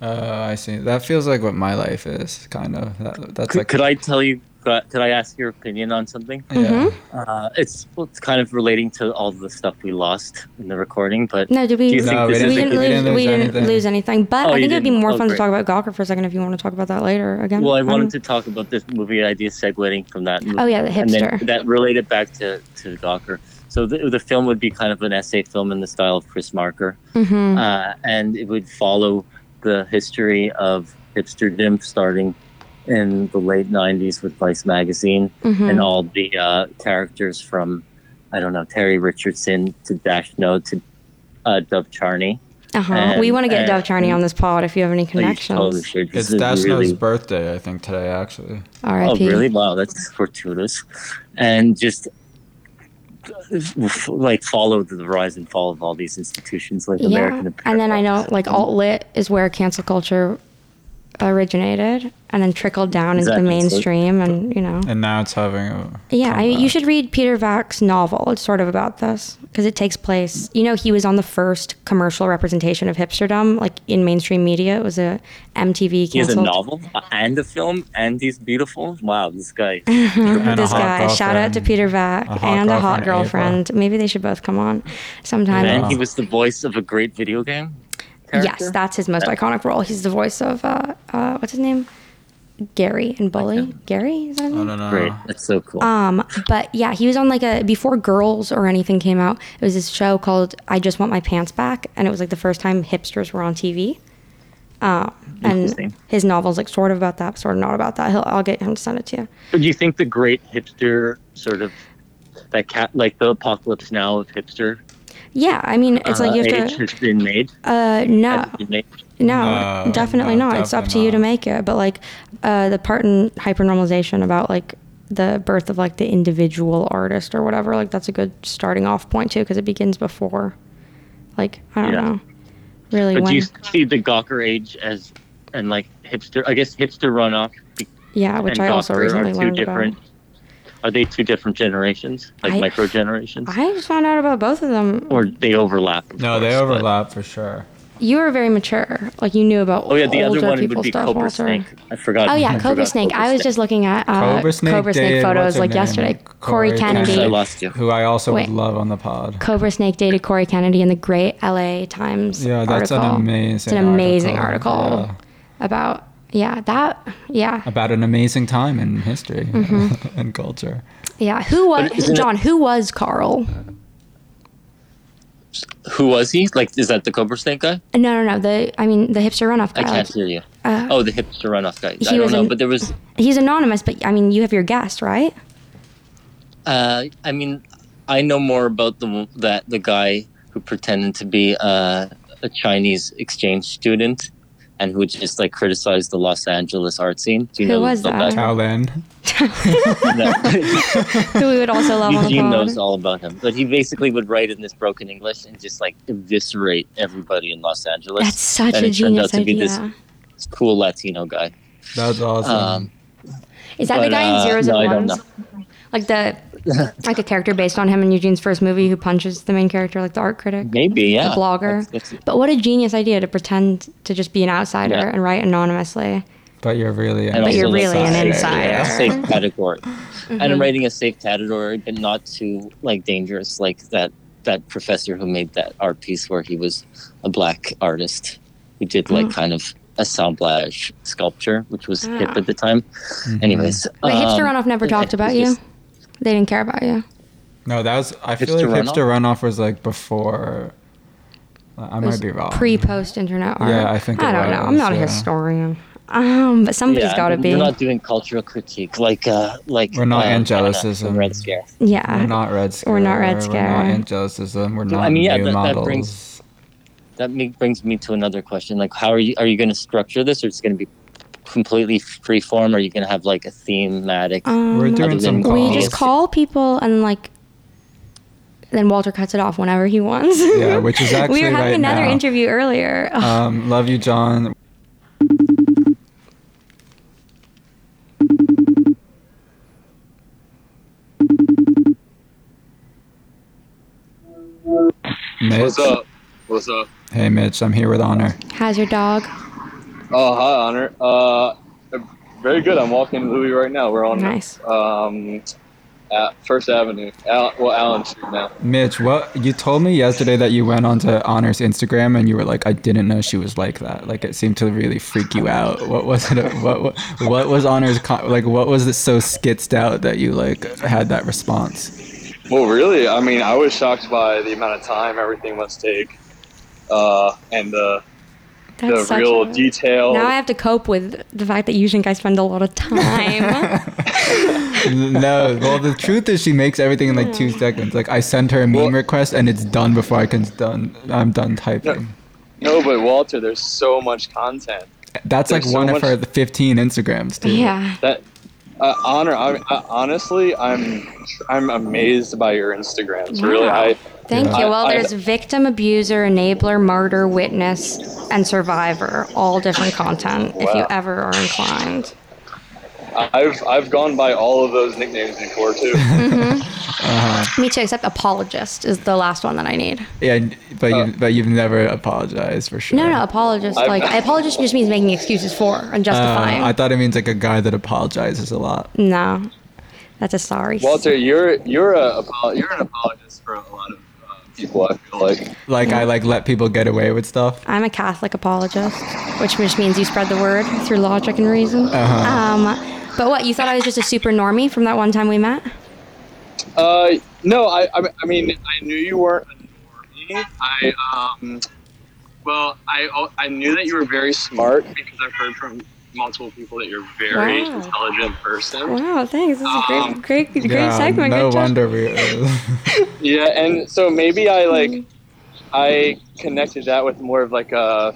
Speaker 2: Uh, I see. That feels like what my life is, kind of. That, that's
Speaker 6: Could,
Speaker 2: like.
Speaker 6: could I tell you? Could I ask your opinion on something?
Speaker 2: Yeah.
Speaker 3: Mm-hmm.
Speaker 6: Uh, it's well, it's kind of relating to all the stuff we lost in the recording, but
Speaker 3: No, did
Speaker 6: Do
Speaker 3: we?
Speaker 6: you think
Speaker 2: No, we
Speaker 3: we
Speaker 6: this is a
Speaker 3: didn't
Speaker 6: good-
Speaker 3: lose. We didn't, lose, anything. But
Speaker 6: Oh,
Speaker 3: I
Speaker 6: you
Speaker 3: think it would be
Speaker 6: didn't.
Speaker 3: more
Speaker 6: Oh,
Speaker 3: fun
Speaker 6: great.
Speaker 3: to talk about Gawker for a second if you want to talk about that later again.
Speaker 6: Well, I wanted
Speaker 3: Um,
Speaker 6: to talk about this movie idea segueing from that. Movie,
Speaker 3: Oh yeah, the
Speaker 6: and then
Speaker 3: hipster.
Speaker 6: that related back to to Gawker. So the, the film would be kind of an essay film in the style of Chris Marker,
Speaker 3: mm-hmm.
Speaker 6: uh, and it would follow the history of hipster dimp starting in the late '90s with Vice magazine
Speaker 3: Mm-hmm.
Speaker 6: and all the uh, characters from I don't know Terry Richardson to Dash No to uh, Dove Charney.
Speaker 3: Uh-huh.
Speaker 6: And-
Speaker 3: we want to get
Speaker 6: and-
Speaker 3: Dove Charney on this pod if you have any
Speaker 6: So you should totally
Speaker 3: connections.
Speaker 6: should. This
Speaker 2: It's
Speaker 6: is
Speaker 2: Dasno's
Speaker 6: really-
Speaker 2: birthday, I think, today actually.
Speaker 6: Oh,
Speaker 3: R.I.P.
Speaker 6: really? Wow, that's fortuitous. And just like follow the rise and fall of all these institutions, like
Speaker 3: Yeah.
Speaker 6: American.
Speaker 3: And then I know like alt lit is where cancel culture originated and then trickled down into
Speaker 6: Exactly.
Speaker 3: the
Speaker 6: So-
Speaker 3: mainstream and you know.
Speaker 2: And now it's having a.
Speaker 3: Yeah, I, you
Speaker 2: comeback.
Speaker 3: should read Peter Vack's novel. It's sort of about this because it takes place. You know, he was on the first commercial representation of hipsterdom, like in mainstream media. It was a MTV
Speaker 6: He has a
Speaker 3: canceled.
Speaker 6: novel and a film, and he's beautiful. Wow, this guy.
Speaker 2: And a
Speaker 3: Mm-hmm. this
Speaker 2: hot
Speaker 3: guy. Shout out to
Speaker 2: girlfriend.
Speaker 3: Peter Vack
Speaker 2: A hot
Speaker 3: and a hot
Speaker 2: girlfriend,
Speaker 3: girlfriend. Maybe they should both come on sometime.
Speaker 6: And he was the voice of a great video game character.
Speaker 3: Yes, that's his most iconic role. He's the voice of uh, uh, what's his name, Gary in Bully. Gary, is that his
Speaker 2: I
Speaker 3: name?
Speaker 2: don't know.
Speaker 6: great. That's so cool.
Speaker 3: Um, but yeah, he was on like a before Girls or anything came out. It was this show called I Just Want My Pants Back, and it was like the first time hipsters were on TV. Uh, and
Speaker 6: Interesting.
Speaker 3: his novel's like sort of about that, sort of not about that. He'll, I'll get him to send it to you.
Speaker 6: Do you think the great hipster sort of that cat, like the apocalypse now of hipster
Speaker 3: Yeah, I mean, it's
Speaker 6: uh,
Speaker 3: like you have
Speaker 6: age
Speaker 3: to.
Speaker 6: has been made?
Speaker 3: Uh,
Speaker 6: Has
Speaker 3: no,
Speaker 6: it been made?
Speaker 3: No,
Speaker 2: No,
Speaker 3: definitely
Speaker 2: no,
Speaker 3: not. it's up to
Speaker 2: definitely
Speaker 3: you to
Speaker 2: not.
Speaker 3: make it. But like uh, the part in hypernormalization about like the birth of like the individual artist or whatever, like that's a good starting off point too because it begins before, like I don't
Speaker 6: Yeah.
Speaker 3: know, really
Speaker 6: But
Speaker 3: when.
Speaker 6: do you see the Gawker age as and like hipster? I guess hipster runoff be-
Speaker 3: yeah, which I
Speaker 6: and
Speaker 3: also
Speaker 6: Gawker
Speaker 3: recently
Speaker 6: are two
Speaker 3: learned
Speaker 6: different.
Speaker 3: about.
Speaker 6: Are they two different generations, like
Speaker 3: I-
Speaker 6: micro generations,
Speaker 3: I just found out about both of them.
Speaker 6: or they overlap? of
Speaker 2: No, they
Speaker 6: course, but-
Speaker 2: overlap for sure.
Speaker 3: You were very mature. Like you knew about.
Speaker 6: Oh yeah, the
Speaker 3: older
Speaker 6: other one would
Speaker 3: people's
Speaker 6: be
Speaker 3: stuff,
Speaker 6: Cobra
Speaker 3: Walter.
Speaker 6: Snake. I forgot.
Speaker 3: Oh yeah,
Speaker 6: I
Speaker 3: Cobra
Speaker 6: forgot
Speaker 3: Snake. I was just looking at uh,
Speaker 2: Cobra Snake, dated- what's
Speaker 3: photos
Speaker 2: her
Speaker 3: like
Speaker 2: name?
Speaker 3: yesterday.
Speaker 2: Corey
Speaker 3: Corey
Speaker 2: Kennedy.
Speaker 3: Kennedy.
Speaker 6: I lost you.
Speaker 2: Who I also
Speaker 3: Wait.
Speaker 2: would love on the pod.
Speaker 3: Cobra Snake dated Corey Kennedy in the great LA Times.
Speaker 2: Yeah, that's an
Speaker 3: article.
Speaker 2: amazing.
Speaker 3: It's an amazing article,
Speaker 2: Yeah.
Speaker 3: about yeah that yeah
Speaker 2: About an amazing time in history
Speaker 3: Mm-hmm.
Speaker 2: and culture.
Speaker 3: yeah who was
Speaker 6: But isn't it-
Speaker 3: John? Who was Carl?
Speaker 6: Who was he? Like, is that the Cobra Snake guy?
Speaker 3: No, no, no. The I mean the hipster runoff
Speaker 6: I
Speaker 3: guy. like,
Speaker 6: can't hear you.
Speaker 3: uh,
Speaker 6: Oh, the hipster runoff guy. I
Speaker 3: He
Speaker 6: don't
Speaker 3: was
Speaker 6: know,
Speaker 3: in-
Speaker 6: but there was.
Speaker 3: He's anonymous, but I mean you have your guest, right?
Speaker 6: Uh, I mean, I know more about the that the guy who pretended to be uh, a Chinese exchange student, and who just like criticized the Los Angeles art scene. Do you
Speaker 3: Who
Speaker 6: know
Speaker 3: was
Speaker 6: about
Speaker 3: that?
Speaker 2: Tao Lin.
Speaker 6: No.
Speaker 3: Who we would also love on the
Speaker 6: Eugene
Speaker 3: phone.
Speaker 6: knows all about him, but he basically would write in this broken English and just like eviscerate everybody in Los Angeles.
Speaker 3: That's such
Speaker 6: and
Speaker 3: a
Speaker 6: it turned
Speaker 3: genius
Speaker 6: out to be
Speaker 3: idea.
Speaker 6: this- This cool Latino guy.
Speaker 2: That's awesome.
Speaker 6: Um,
Speaker 3: Is that
Speaker 6: but,
Speaker 3: the guy in
Speaker 6: uh,
Speaker 3: Zeros
Speaker 6: no, I
Speaker 3: and
Speaker 6: don't
Speaker 3: Ones? Like the like a character based on him in Eugene's first movie who punches the main character, like the art critic.
Speaker 6: maybe yeah.
Speaker 3: the blogger.
Speaker 6: That's- that's-
Speaker 3: But what a genius idea to pretend to just be an outsider
Speaker 6: Yeah.
Speaker 3: and write anonymously.
Speaker 2: but you're really. an
Speaker 6: and
Speaker 3: But you're
Speaker 6: also,
Speaker 3: really an
Speaker 6: safe-
Speaker 3: insider.
Speaker 6: A safe category, and
Speaker 3: Mm-hmm.
Speaker 6: I'm writing a safe category, but not too like dangerous, like that that professor who made that art piece where he was a black artist who did like
Speaker 3: Mm.
Speaker 6: kind of assemblage sculpture, which was hip
Speaker 3: Ah.
Speaker 6: at the time.
Speaker 2: Mm-hmm.
Speaker 6: Anyways,
Speaker 3: Wait, hipster
Speaker 6: um,
Speaker 3: runoff never
Speaker 6: it-
Speaker 3: talked
Speaker 6: it
Speaker 3: about
Speaker 6: was
Speaker 3: you.
Speaker 6: just-
Speaker 3: They didn't care about you.
Speaker 2: No, that was. I feel
Speaker 6: Hipster
Speaker 2: like hipster runoff was like before. I might be wrong.
Speaker 3: Pre-post internet art.
Speaker 2: Oh, Yeah, I think
Speaker 3: I
Speaker 2: it
Speaker 3: don't know. I'm
Speaker 2: was,
Speaker 3: not a
Speaker 2: yeah.
Speaker 3: historian. Um, but somebody's got to
Speaker 6: but
Speaker 3: be.
Speaker 6: You're not doing cultural critique like uh like
Speaker 2: We're not
Speaker 6: uh,
Speaker 2: Angelicism.
Speaker 6: Anna from Red Scare.
Speaker 3: yeah.
Speaker 2: We're not red scare.
Speaker 3: We're not Red
Speaker 2: We're
Speaker 3: Scare.
Speaker 2: not angelicism. We're
Speaker 6: So,
Speaker 2: not
Speaker 6: I mean, yeah,
Speaker 2: new
Speaker 6: that- that
Speaker 2: models.
Speaker 6: brings- That me- brings me to another question. Like, how are you? Are you going to structure this, or it's going to be completely free form? Are you going to have like a thematic?
Speaker 3: Um,
Speaker 2: We're
Speaker 6: other
Speaker 2: doing some
Speaker 6: than
Speaker 2: calls.
Speaker 3: we just
Speaker 6: Yes.
Speaker 3: call people and like. Then Walter cuts it off whenever he wants.
Speaker 2: Yeah, which is actually
Speaker 3: we were having
Speaker 2: right
Speaker 3: another
Speaker 2: now.
Speaker 3: interview earlier. Ugh.
Speaker 2: Um, love you, John. Mitch.
Speaker 7: What's up? What's up?
Speaker 2: Hey, Mitch. I'm here with Honor.
Speaker 3: How's your dog?
Speaker 7: Oh, hi, Honor. Uh, very good. I'm walking Louis right now. We're on
Speaker 3: Nice.
Speaker 7: um, at First Avenue. Al- well, Allen Street now.
Speaker 2: Mitch, what you told me yesterday that you went onto Honor's Instagram and you were like, I didn't know she was like that. Like it seemed to really freak you out. What was it? What what, what was Honor's con- like? What was it so skitzed out that you like had that response?
Speaker 7: Well, really, I mean, I was shocked by the amount of time everything must take, uh, and the
Speaker 3: That's
Speaker 7: the
Speaker 3: such
Speaker 7: real
Speaker 3: a-
Speaker 7: detail.
Speaker 3: Now I have to cope with the fact that you think I spend a lot of time.
Speaker 2: no. Well, the truth is she makes everything in like two
Speaker 3: Hmm.
Speaker 2: seconds. Like I sent her a meme
Speaker 7: Well-
Speaker 2: request and it's done before I can done. I'm done typing.
Speaker 7: no, but Walter, there's so much content.
Speaker 2: That's like
Speaker 7: There's so
Speaker 2: one of
Speaker 7: much-
Speaker 2: her 15 Instagrams too.
Speaker 3: yeah.
Speaker 7: That uh, honor, I, I, honestly, I'm I'm amazed by your Instagrams. Really,
Speaker 3: Wow.
Speaker 7: I
Speaker 3: Thank
Speaker 2: Yeah.
Speaker 3: you. Well,
Speaker 7: I- I-
Speaker 3: there's victim, abuser, enabler, martyr, witness, and survivor. All different content if you
Speaker 7: Wow.
Speaker 3: ever are inclined.
Speaker 7: I've I've gone by all of those nicknames before too.
Speaker 3: Me too, except apologist is the last one that I need.
Speaker 2: Yeah. But
Speaker 7: Uh.
Speaker 2: you, but you've never apologized for sure.
Speaker 3: No, no, apologist.
Speaker 7: I've-
Speaker 3: like, apologist just means making excuses for and justifying.
Speaker 2: Uh, I thought it means like a guy that apologizes a lot.
Speaker 3: no, that's a sorry.
Speaker 7: Walter, you're you're a apo- you're an apologist for a lot of uh, people. I feel like
Speaker 2: like I like let people get away with stuff.
Speaker 3: I'm a Catholic apologist, which just means you spread the word through logic and reason. Um, but what, you thought I was just a super normie from that one time we met?
Speaker 7: Uh, no, I, I, I mean, I knew you weren't a normie. I, um, well, I, al- I knew that you were very smart because I've heard from multiple people that you're a very
Speaker 3: Wow.
Speaker 7: intelligent person.
Speaker 3: Wow, thanks. This is a
Speaker 7: Um,
Speaker 3: great, great, great
Speaker 2: Yeah,
Speaker 3: segment.
Speaker 2: No
Speaker 3: Good job.
Speaker 2: wonder we.
Speaker 7: Yeah, and so maybe I like, I connected that with more of like a,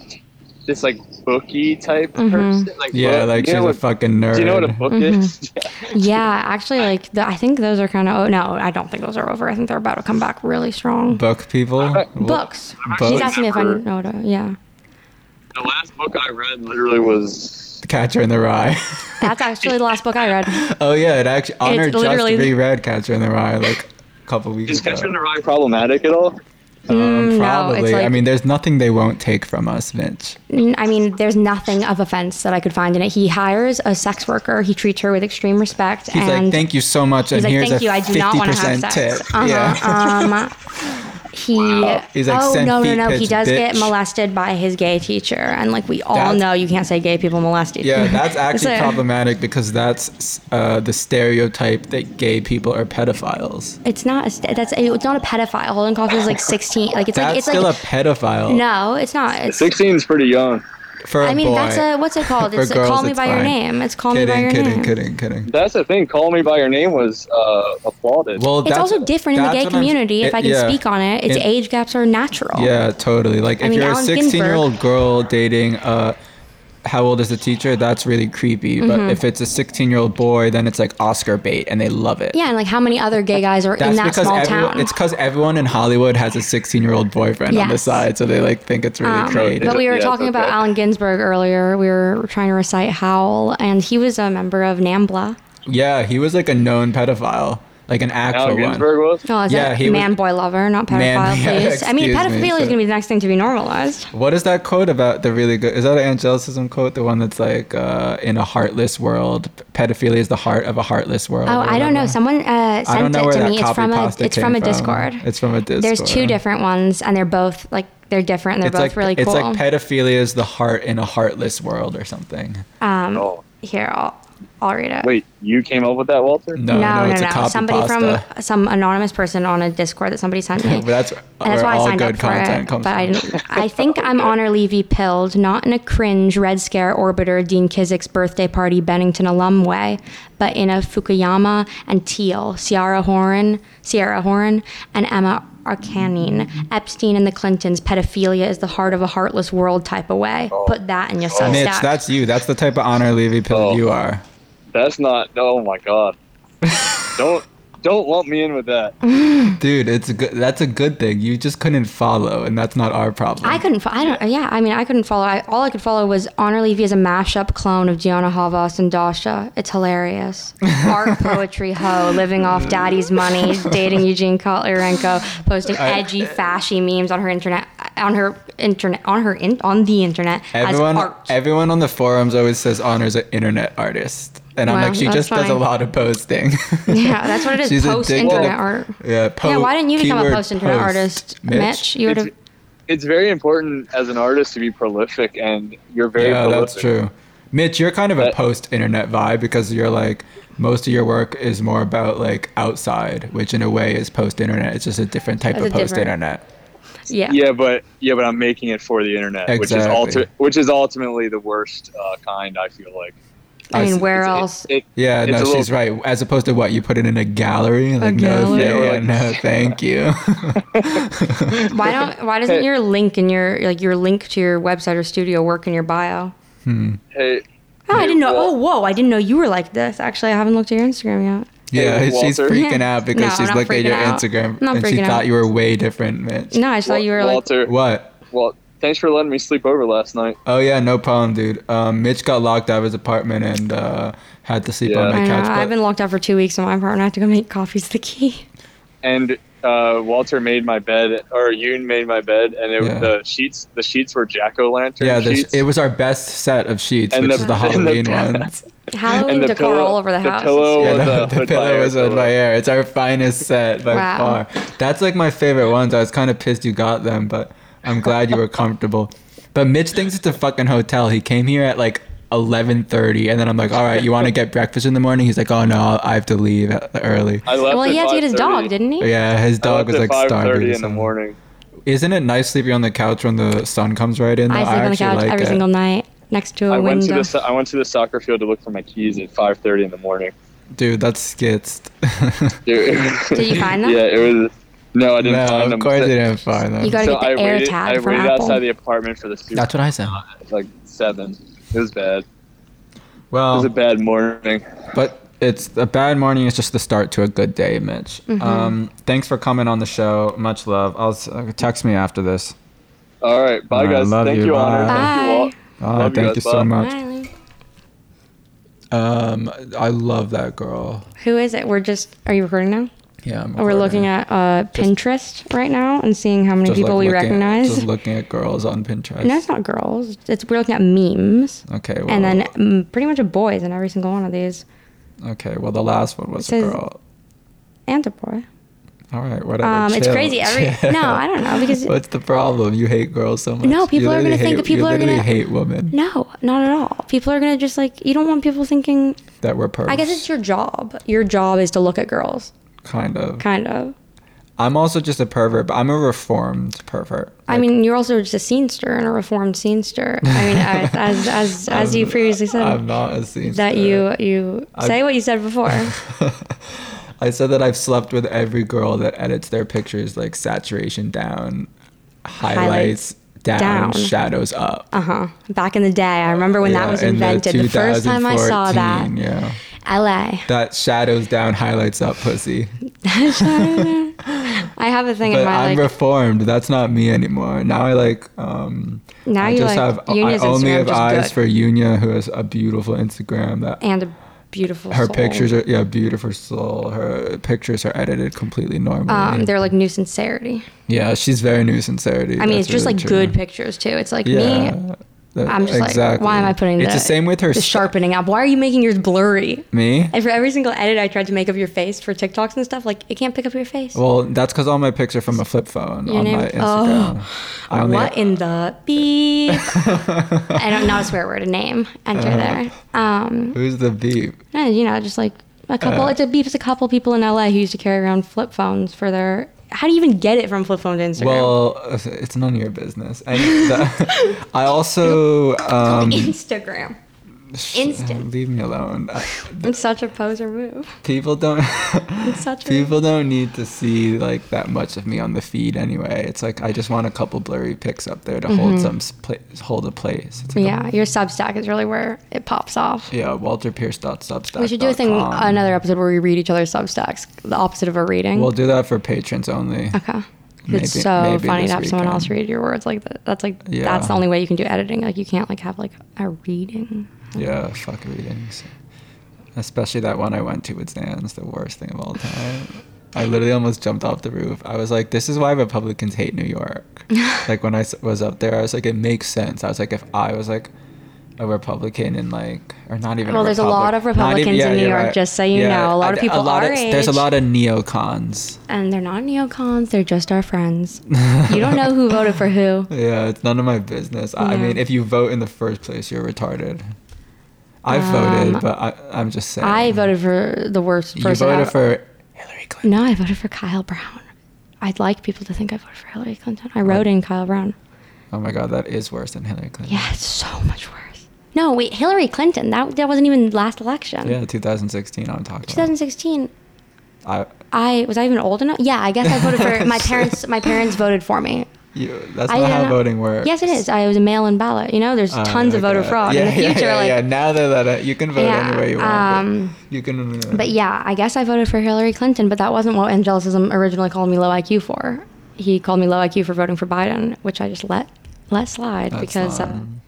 Speaker 7: this like bookie type
Speaker 3: Mhm.
Speaker 7: person. Like
Speaker 2: yeah,
Speaker 7: book-
Speaker 2: like
Speaker 7: you
Speaker 2: she's
Speaker 7: know
Speaker 2: a
Speaker 7: what-
Speaker 2: fucking nerd.
Speaker 7: Do you know what a book is?
Speaker 3: Yeah, actually, like the, I think those are kind of. Oh no, I don't think those are over. I think they're about to come back really strong.
Speaker 2: Book people.
Speaker 3: Books.
Speaker 2: Books?
Speaker 3: She's asking me if I
Speaker 7: Never-
Speaker 3: know. What a, yeah,
Speaker 7: The last book I read literally was.
Speaker 2: Catcher in the Rye.
Speaker 3: that's actually the last book I read.
Speaker 2: oh yeah, it actually Honor just
Speaker 3: literally-
Speaker 2: reread Catcher in the Rye like a couple weeks
Speaker 7: Is
Speaker 2: ago.
Speaker 7: Catcher in the Rye problematic at all?
Speaker 3: Mm, no,
Speaker 2: um,
Speaker 3: it's
Speaker 2: probably. I
Speaker 3: like-
Speaker 2: mean, there's nothing they won't take from us, Mitch.
Speaker 3: Mm, I mean, there's nothing of offense that I could find in it. He hires a sex worker. He treats her with extreme respect.
Speaker 2: He's
Speaker 3: and
Speaker 2: like, thank you so much, and
Speaker 3: He's like,
Speaker 2: here's
Speaker 3: thank
Speaker 2: a
Speaker 3: you. I do not
Speaker 2: fifty
Speaker 3: want to have
Speaker 2: percent
Speaker 3: sex.
Speaker 2: tip.
Speaker 3: Uh-huh.
Speaker 2: Yeah.
Speaker 3: Um, he.
Speaker 2: He's like,
Speaker 3: oh
Speaker 2: "Send
Speaker 3: no, no,
Speaker 2: feet
Speaker 3: no. He
Speaker 2: pics,
Speaker 3: does get
Speaker 2: bitch."
Speaker 3: molested by his gay teacher, and like we all
Speaker 2: That's-
Speaker 3: know, you can't say gay people molest each
Speaker 2: Yeah, that's actually
Speaker 3: So-
Speaker 2: problematic because that's uh, the stereotype that gay people are pedophiles.
Speaker 3: It's not. A st- that's. It's not a pedophile. Holden Caulfield is like sixteen. Like it's
Speaker 2: That's
Speaker 3: like it's
Speaker 2: still
Speaker 3: like.
Speaker 2: a pedophile.
Speaker 3: no, it's not. It's,
Speaker 7: 16 is pretty young.
Speaker 2: for a
Speaker 3: I mean,
Speaker 2: boy.
Speaker 3: that's a what's it called?
Speaker 2: For
Speaker 3: It's
Speaker 2: girls,
Speaker 3: call me
Speaker 2: it's
Speaker 3: by your
Speaker 2: fine.
Speaker 3: name. It's call me by
Speaker 2: kidding,
Speaker 3: your
Speaker 2: kidding,
Speaker 3: name.
Speaker 2: kidding, kidding.
Speaker 7: That's the thing. Call Me by Your Name was uh, applauded.
Speaker 2: Well,
Speaker 3: It's also different in the gay community. if I can speak on it, its
Speaker 2: It-
Speaker 3: age gaps are natural.
Speaker 2: Yeah, totally. Like, if
Speaker 3: Oh. mean,
Speaker 2: you're a
Speaker 3: Allen
Speaker 2: 16 year
Speaker 3: Ginsberg-
Speaker 2: old girl dating uh, how old is the teacher? That's really creepy.
Speaker 3: Mm-hmm.
Speaker 2: But if it's a 16 year old boy, then it's like Oscar bait, and they love it.
Speaker 3: Yeah, and like how many other gay guys are
Speaker 2: That's
Speaker 3: in that
Speaker 2: because
Speaker 3: small
Speaker 2: everyone,
Speaker 3: town?
Speaker 2: it's because everyone in Hollywood has a 16 year old boyfriend on the
Speaker 3: Yes.
Speaker 2: side, so they like think it's really
Speaker 3: Um,
Speaker 2: creative.
Speaker 3: but we were
Speaker 7: Yeah,
Speaker 3: talking
Speaker 7: okay.
Speaker 3: about Allen Ginsberg earlier. We were trying to recite Howl, and he was a member of NAMBLA.
Speaker 2: yeah, he was like a known pedophile, like an
Speaker 7: Allen
Speaker 2: actual one.
Speaker 7: Ginsberg was.
Speaker 3: Oh, is
Speaker 2: Yeah,
Speaker 3: that
Speaker 2: he was-
Speaker 3: man boy lover, not pedophile,
Speaker 2: Man- yeah,
Speaker 3: please? I mean,
Speaker 2: excuse me,
Speaker 3: pedophilia is
Speaker 2: but-
Speaker 3: going to be the next thing to be normalized.
Speaker 2: What is that quote about the really good? Is that an angelicism quote? The one that's like, uh, in a heartless world, pedophilia is the heart of a heartless world. or
Speaker 3: Oh, I don't know.
Speaker 2: whatever.
Speaker 3: Someone uh,
Speaker 2: I don't
Speaker 3: sent
Speaker 2: know
Speaker 3: it
Speaker 2: where
Speaker 3: to
Speaker 2: that
Speaker 3: me. It's
Speaker 2: copy
Speaker 3: from a
Speaker 2: pasta
Speaker 3: it's
Speaker 2: came
Speaker 3: from a Discord.
Speaker 2: It's from a Discord.
Speaker 3: There's two different ones, and they're both like they're different. They're
Speaker 2: It's
Speaker 3: both
Speaker 2: like
Speaker 3: really
Speaker 2: it's
Speaker 3: cool.
Speaker 2: like pedophilia is the heart in a heartless world or something.
Speaker 3: um,
Speaker 7: Oh.
Speaker 3: here, I'll, I'll read it.
Speaker 7: Wait, you came up with that, Walter?
Speaker 2: No, no,
Speaker 3: no, no,
Speaker 2: it's
Speaker 3: no.
Speaker 2: a copy
Speaker 3: Somebody
Speaker 2: pasta.
Speaker 3: from some anonymous person on a Discord that somebody sent me.
Speaker 2: but that's,
Speaker 3: And that's
Speaker 2: where
Speaker 3: why I
Speaker 2: all
Speaker 3: signed
Speaker 2: good
Speaker 3: up for
Speaker 2: content
Speaker 3: it.
Speaker 2: comes
Speaker 3: But I,
Speaker 2: from.
Speaker 3: didn't- I think I'm honor Levy pilled, not in a cringe Red Scare Orbiter Dean Kizik's birthday party Bennington alum way, but in a Fukuyama and Teal, Ciara Horan, Sierra Horan, and Emma Arcanine, Epstein and the Clintons. Pedophilia is the heart of a heartless world type of way. Put that in your oh.
Speaker 2: Mitch, that's you. That's the type of honor Levy pill
Speaker 7: Oh.
Speaker 2: you are.
Speaker 7: That's not. Oh my god. don't don't lump me in with that.
Speaker 2: Dude, it's a good, that's a good thing. You just couldn't follow, and that's not our problem.
Speaker 3: I couldn't. Fo- I don't. Yeah, I mean, I couldn't follow. I, all I could follow was Honor Levy is a mashup clone of Gianna Havas and Dasha. It's hilarious. Art poetry ho, living off daddy's money, dating Eugene Kotlarenko, posting edgy fashy memes on her internet, on her internet, on her in, on the internet
Speaker 2: everyone,
Speaker 3: as art.
Speaker 2: everyone on the forums always says honor's an internet artist, and I'm
Speaker 3: Wow,
Speaker 2: like, she
Speaker 3: that's
Speaker 2: just does a
Speaker 3: fine.
Speaker 2: lot of posting.
Speaker 3: yeah, that's what it is.
Speaker 2: She's
Speaker 3: Post
Speaker 2: addicted to-
Speaker 3: internet art.
Speaker 2: yeah, po-
Speaker 3: Yeah, why didn't you become a
Speaker 2: keyword
Speaker 3: post internet
Speaker 2: post,
Speaker 3: artist, Mitch? You would have.
Speaker 7: It's, it's very important as an artist to be prolific, and you're very
Speaker 2: Yeah,
Speaker 7: prolific.
Speaker 2: that's true. Mitch, you're kind of a
Speaker 7: That-
Speaker 2: post internet vibe because you're like most of your work is more about like outside, which in a way is post internet. It's just a different type
Speaker 3: It's
Speaker 2: of
Speaker 3: a different-
Speaker 2: post internet.
Speaker 3: Yeah.
Speaker 7: Yeah, but yeah, but I'm making it for the internet, which is
Speaker 2: Exactly.
Speaker 7: ulti- which is ultimately the worst uh, kind. I feel like.
Speaker 3: I mean, where
Speaker 7: It's- it-
Speaker 3: else?
Speaker 7: it-
Speaker 2: Yeah,
Speaker 7: it's
Speaker 2: no,
Speaker 7: a little-
Speaker 2: she's right. As opposed to what you put it in a gallery, like no,
Speaker 3: gallery.
Speaker 7: Yeah,
Speaker 2: yeah,
Speaker 7: like-
Speaker 2: no, thank you.
Speaker 3: Why don't? Why doesn't your link in your like your link to your website or studio work in your bio?
Speaker 7: hey,
Speaker 3: Oh, I
Speaker 7: Hey,
Speaker 3: didn't know.
Speaker 7: Wal-
Speaker 3: Oh, whoa! I didn't know you were like this. Actually, I haven't looked at your Instagram yet.
Speaker 2: yeah,
Speaker 7: Hey,
Speaker 2: she's
Speaker 7: Walter.
Speaker 2: freaking
Speaker 3: Yeah.
Speaker 2: out because
Speaker 3: No,
Speaker 2: she's
Speaker 3: I'm not
Speaker 2: looking at your
Speaker 3: freaking out.
Speaker 2: Instagram
Speaker 3: I'm not
Speaker 2: and she
Speaker 3: freaking
Speaker 2: thought
Speaker 3: out.
Speaker 2: you were way different, Mitch.
Speaker 3: No, I saw you were like.
Speaker 7: Walter.
Speaker 2: What?
Speaker 7: Well, thanks for letting me sleep over last night.
Speaker 2: Oh yeah, no problem, dude. Um, Mitch got locked out of his apartment and uh, had to sleep on
Speaker 7: Yeah.
Speaker 2: my
Speaker 3: I know.
Speaker 2: couch. but-
Speaker 3: I've been locked out for two weeks in my apartment. I have to go make coffee's the key.
Speaker 7: and uh, Walter made my bed, or Yoon made my bed, and it,
Speaker 2: Yeah.
Speaker 7: the sheets the sheets were jack o' lantern
Speaker 2: Yeah,
Speaker 7: sheets.
Speaker 2: this, it was our best set of sheets,
Speaker 7: And
Speaker 2: which
Speaker 7: the-
Speaker 2: is the
Speaker 7: and the
Speaker 2: Halloween
Speaker 7: pillow.
Speaker 2: ones.
Speaker 3: Halloween
Speaker 7: the
Speaker 3: decor
Speaker 7: pillow-
Speaker 3: all over the
Speaker 7: the
Speaker 3: house.
Speaker 7: pillow
Speaker 2: Yeah,
Speaker 7: was
Speaker 2: the,
Speaker 7: a
Speaker 2: the
Speaker 7: hood by
Speaker 2: pillow
Speaker 7: air
Speaker 2: was on
Speaker 7: pillow.
Speaker 2: my air. It's our finest set by
Speaker 3: Wow.
Speaker 2: far. That's like my favorite ones. I was kind of pissed you got them, but I'm glad you were comfortable. But Mitch thinks it's a fucking hotel. He came here at like 11:30, and then I'm like, "All right, you want to get breakfast in the morning?" He's like, "Oh no, I'll- I have to leave early."
Speaker 7: I left
Speaker 3: well, he
Speaker 7: at
Speaker 3: had to get his
Speaker 7: 5:30.
Speaker 3: dog, didn't he?
Speaker 2: Yeah, his
Speaker 7: I
Speaker 2: dog
Speaker 7: left
Speaker 2: was
Speaker 7: at
Speaker 2: like starving.
Speaker 7: 5:30 in the morning.
Speaker 2: Isn't it nice sleeping on the couch when the sun comes right in?
Speaker 3: I
Speaker 2: though?
Speaker 3: sleep on the
Speaker 2: actually
Speaker 3: couch
Speaker 2: like uh,
Speaker 3: every
Speaker 2: it.
Speaker 3: single night next to a
Speaker 7: I went to
Speaker 3: window.
Speaker 7: the so- I went to the soccer field to look for my keys at 5:30 in the morning.
Speaker 2: Dude, that's skitzed.
Speaker 7: Dude,
Speaker 3: Did you find them?
Speaker 7: Yeah, it was. No, I didn't
Speaker 2: no,
Speaker 7: find
Speaker 2: of
Speaker 7: them.
Speaker 2: course
Speaker 7: So-
Speaker 2: you didn't find them.
Speaker 3: You gotta
Speaker 7: so
Speaker 3: get the
Speaker 7: I
Speaker 3: air
Speaker 7: waited,
Speaker 3: tag
Speaker 7: I
Speaker 3: from
Speaker 7: waited
Speaker 3: Apple.
Speaker 7: outside the apartment for the Super
Speaker 2: That's what I said.
Speaker 7: at, like seven. It was bad. It was
Speaker 2: Well,
Speaker 7: a bad morning.
Speaker 2: but it's a bad morning. It's just the start to a good day, Mitch.
Speaker 3: Mm-hmm.
Speaker 2: Um, thanks for coming on the show. Much love. I'll s- uh, text me after this.
Speaker 7: All right, bye
Speaker 2: Alright,
Speaker 7: guys.
Speaker 2: love
Speaker 7: Thank
Speaker 2: you,
Speaker 7: you, Honor.
Speaker 2: bye.
Speaker 7: Thank
Speaker 3: Bye.
Speaker 7: you, Walt.
Speaker 2: Oh,
Speaker 7: Love you
Speaker 2: thank
Speaker 7: guys,
Speaker 2: you so
Speaker 7: bye.
Speaker 2: much.
Speaker 3: Bye.
Speaker 2: Um, I love that girl.
Speaker 3: Who is it? We're just. Are you recording now?
Speaker 2: Yeah, I'm
Speaker 3: Oh, We're
Speaker 2: recording.
Speaker 3: looking at uh, Pinterest right now and seeing how many
Speaker 2: Just, like,
Speaker 3: people we
Speaker 2: looking-
Speaker 3: recognize.
Speaker 2: Just looking at girls on Pinterest.
Speaker 3: no, it's not girls. It's we're looking at memes.
Speaker 2: Okay. Well,
Speaker 3: And then mm, pretty much a boys in every single one of these.
Speaker 2: okay. Well, the last one was
Speaker 3: It
Speaker 2: a
Speaker 3: says-
Speaker 2: girl.
Speaker 3: And a boy.
Speaker 2: All right. Whatever.
Speaker 3: Um, it's
Speaker 2: chill,
Speaker 3: crazy. Every
Speaker 2: chill.
Speaker 3: no, I don't know because
Speaker 2: What's the problem? You hate girls so much.
Speaker 3: No,
Speaker 2: You
Speaker 3: people are gonna
Speaker 2: literally
Speaker 3: think-
Speaker 2: hate- you
Speaker 3: people are
Speaker 2: literally
Speaker 3: gonna-
Speaker 2: hate women
Speaker 3: no, not at all. People are gonna just like you don't want people thinking.
Speaker 2: that were pervs.
Speaker 3: I guess it's your job. Your job is to look at girls,
Speaker 2: kind of.
Speaker 3: kind of.
Speaker 2: I'm also just a pervert, but I'm a reformed pervert.
Speaker 3: I
Speaker 2: Like,
Speaker 3: mean, you're also just a scenester and a reformed scenester. I mean, as as as, as you previously said,
Speaker 2: I'm not a scene
Speaker 3: that you you say what you said before.
Speaker 2: I said that I've slept with every girl that edits their pictures like saturation down, highlights,
Speaker 3: Highlights
Speaker 2: down,
Speaker 3: down.
Speaker 2: shadows up.
Speaker 3: Uh huh. Back in the day, I remember when that
Speaker 2: Yeah,
Speaker 3: was
Speaker 2: in
Speaker 3: invented. The, first time I saw that,
Speaker 2: 2014, Yeah.
Speaker 3: L.A.
Speaker 2: That shadows down, highlights up pussy.
Speaker 3: I have a thing in
Speaker 2: But
Speaker 3: my
Speaker 2: I'm
Speaker 3: like.
Speaker 2: reformed. That's not me anymore. Now I like um
Speaker 3: now
Speaker 2: I
Speaker 3: you
Speaker 2: just
Speaker 3: like
Speaker 2: have I
Speaker 3: Uni's
Speaker 2: only
Speaker 3: Instagram
Speaker 2: have
Speaker 3: just
Speaker 2: eyes
Speaker 3: good.
Speaker 2: for Yunya who has a beautiful Instagram that
Speaker 3: and a beautiful.
Speaker 2: her
Speaker 3: soul.
Speaker 2: pictures are yeah beautiful soul her pictures are edited completely normally
Speaker 3: Um, they're like new sincerity.
Speaker 2: yeah she's very new sincerity
Speaker 3: I mean, it's just like good pictures too. It's like
Speaker 2: yeah
Speaker 3: me
Speaker 2: That-
Speaker 3: I'm just like, why am I putting
Speaker 2: It's
Speaker 3: the,
Speaker 2: the same with her
Speaker 3: the
Speaker 2: s-
Speaker 3: sharpening up? Why are you making yours blurry?
Speaker 2: me?
Speaker 3: And for every single edit I tried to make of your face for TikToks and stuff, like it can't pick up your face.
Speaker 2: Well, that's because all my pics are from a flip phone
Speaker 3: Your
Speaker 2: on
Speaker 3: name- Oh.
Speaker 2: my Instagram. I only-
Speaker 3: what in the beep? I don't know a swear word, a name.
Speaker 2: Uh-huh.
Speaker 3: Enter there. Um,
Speaker 2: Who's the beep?
Speaker 3: no, you know, just like a couple.
Speaker 2: Uh-huh.
Speaker 3: it's a beeps. A couple people in LA who used to carry around flip phones for their. How do you even get it from flip phone to Instagram?
Speaker 2: Well, it's none of your business. And the, I also um,
Speaker 3: Instagram. Instant.
Speaker 2: leave me alone.
Speaker 3: It's such a poser move.
Speaker 2: People don't.
Speaker 3: It's such a.
Speaker 2: People don't need to see like that much of me on the feed anyway. It's like I just want a couple blurry pics up there to
Speaker 3: Mm-hmm.
Speaker 2: hold some s- pla- hold a place. It's like a-
Speaker 3: Yeah, your Substack is really where it pops off.
Speaker 2: yeah, WalterPierce.substack.
Speaker 3: We should do a thing, another episode where we read each other's Substacks, the opposite of a reading.
Speaker 2: We'll do that for patrons only.
Speaker 3: okay.
Speaker 2: Maybe-
Speaker 3: it's so
Speaker 2: maybe
Speaker 3: funny
Speaker 2: this
Speaker 3: to have someone
Speaker 2: weekend.
Speaker 3: else read your words like that. That's like
Speaker 2: Yeah.
Speaker 3: that's the only way you can do editing. Like you can't like have like a reading.
Speaker 2: Yeah, fuck readings. Especially that one I went to with Zan's, the worst thing of all time. I literally almost jumped off the roof. I was like, this is why Republicans hate New York. like when I s- was up there, I was like, it makes sense. I was like, if I was like a Republican and like, or not even.
Speaker 3: Well, there's a lot of
Speaker 2: Republic- not
Speaker 3: Republicans in New
Speaker 2: you're
Speaker 3: York, just so you know. A lot of people
Speaker 2: lot
Speaker 3: our
Speaker 2: There's a
Speaker 3: age-
Speaker 2: lot of neocons.
Speaker 3: And they're not neocons, they're just our friends. you don't know who voted for who.
Speaker 2: Yeah, it's none of my business. I I
Speaker 3: Yeah.
Speaker 2: mean, if you vote in the first place, you're retarded. I voted, but I, I'm just saying.
Speaker 3: Um, I voted for the worst
Speaker 2: You
Speaker 3: person.
Speaker 2: voted
Speaker 3: ever.
Speaker 2: for Hillary Clinton.
Speaker 3: No, I voted for Kyle Brown. I'd like people to think I voted for Hillary Clinton. I wrote in Kyle Brown.
Speaker 2: Oh my god, that is worse than Hillary Clinton.
Speaker 3: Yeah, it's so much worse. No, wait, Hillary Clinton. That that wasn't even last election.
Speaker 2: Yeah, 2016. I'm talking. about.
Speaker 3: 2016.
Speaker 2: I,
Speaker 3: I was I even old enough? Yeah, I guess I voted for my parents. My parents voted for me.
Speaker 2: you, that's
Speaker 3: I
Speaker 2: not
Speaker 3: don't
Speaker 2: how
Speaker 3: know.
Speaker 2: voting works.
Speaker 3: Yes, it is. I was a mail-in ballot. You know, there's
Speaker 2: Uh,
Speaker 3: tons of voter
Speaker 2: okay.
Speaker 3: fraud
Speaker 2: Yeah,
Speaker 3: in the
Speaker 2: yeah,
Speaker 3: future.
Speaker 2: yeah,
Speaker 3: like,
Speaker 2: yeah. Now they let it. You can vote
Speaker 3: Yeah,
Speaker 2: any way you want. but
Speaker 3: um,
Speaker 2: you can.
Speaker 3: but yeah, I guess I voted for Hillary Clinton, but that wasn't what Angelicism originally called me low IQ for. He called me low IQ for voting for Biden, which I just let let slide
Speaker 2: That's
Speaker 3: because uh,
Speaker 2: fine.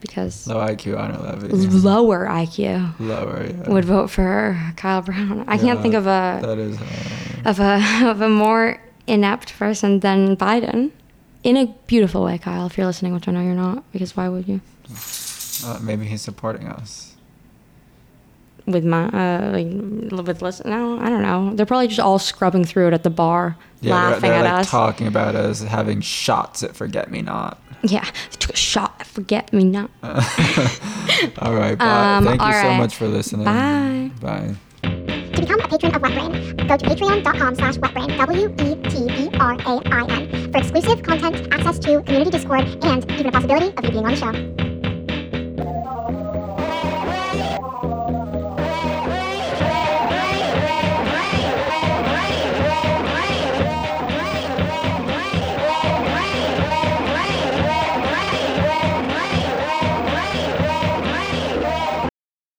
Speaker 3: because
Speaker 2: low IQ honor levy.
Speaker 3: lower IQ
Speaker 2: Lower. Yeah.
Speaker 3: would vote for Kyle Brown. I can't
Speaker 2: Yeah,
Speaker 3: think of a
Speaker 2: That is. Uh,
Speaker 3: of a of a more inept person than Biden. In a beautiful way, Kyle, if you're listening, which I know you're not, because why would you?
Speaker 2: uh, maybe he's supporting us.
Speaker 3: With my, uh, like, with listen, no, I don't know. They're probably just all scrubbing through it at the bar,
Speaker 2: Yeah, they're-
Speaker 3: laughing
Speaker 2: they're,
Speaker 3: at
Speaker 2: like
Speaker 3: us.
Speaker 2: talking about us having shots at forget me not.
Speaker 3: Yeah, they took a shot. at Forget me not.
Speaker 2: All right, bye.
Speaker 3: Um,
Speaker 2: Thank you
Speaker 3: all
Speaker 2: so
Speaker 3: right.
Speaker 2: much for listening.
Speaker 3: Bye.
Speaker 2: Bye.
Speaker 8: To become a patron of WetBrain, go to patreon.com slash E wetbrain, W-E-T-B-R-A-I-N, for exclusive content, access to community Discord, and even a possibility of you being on the show.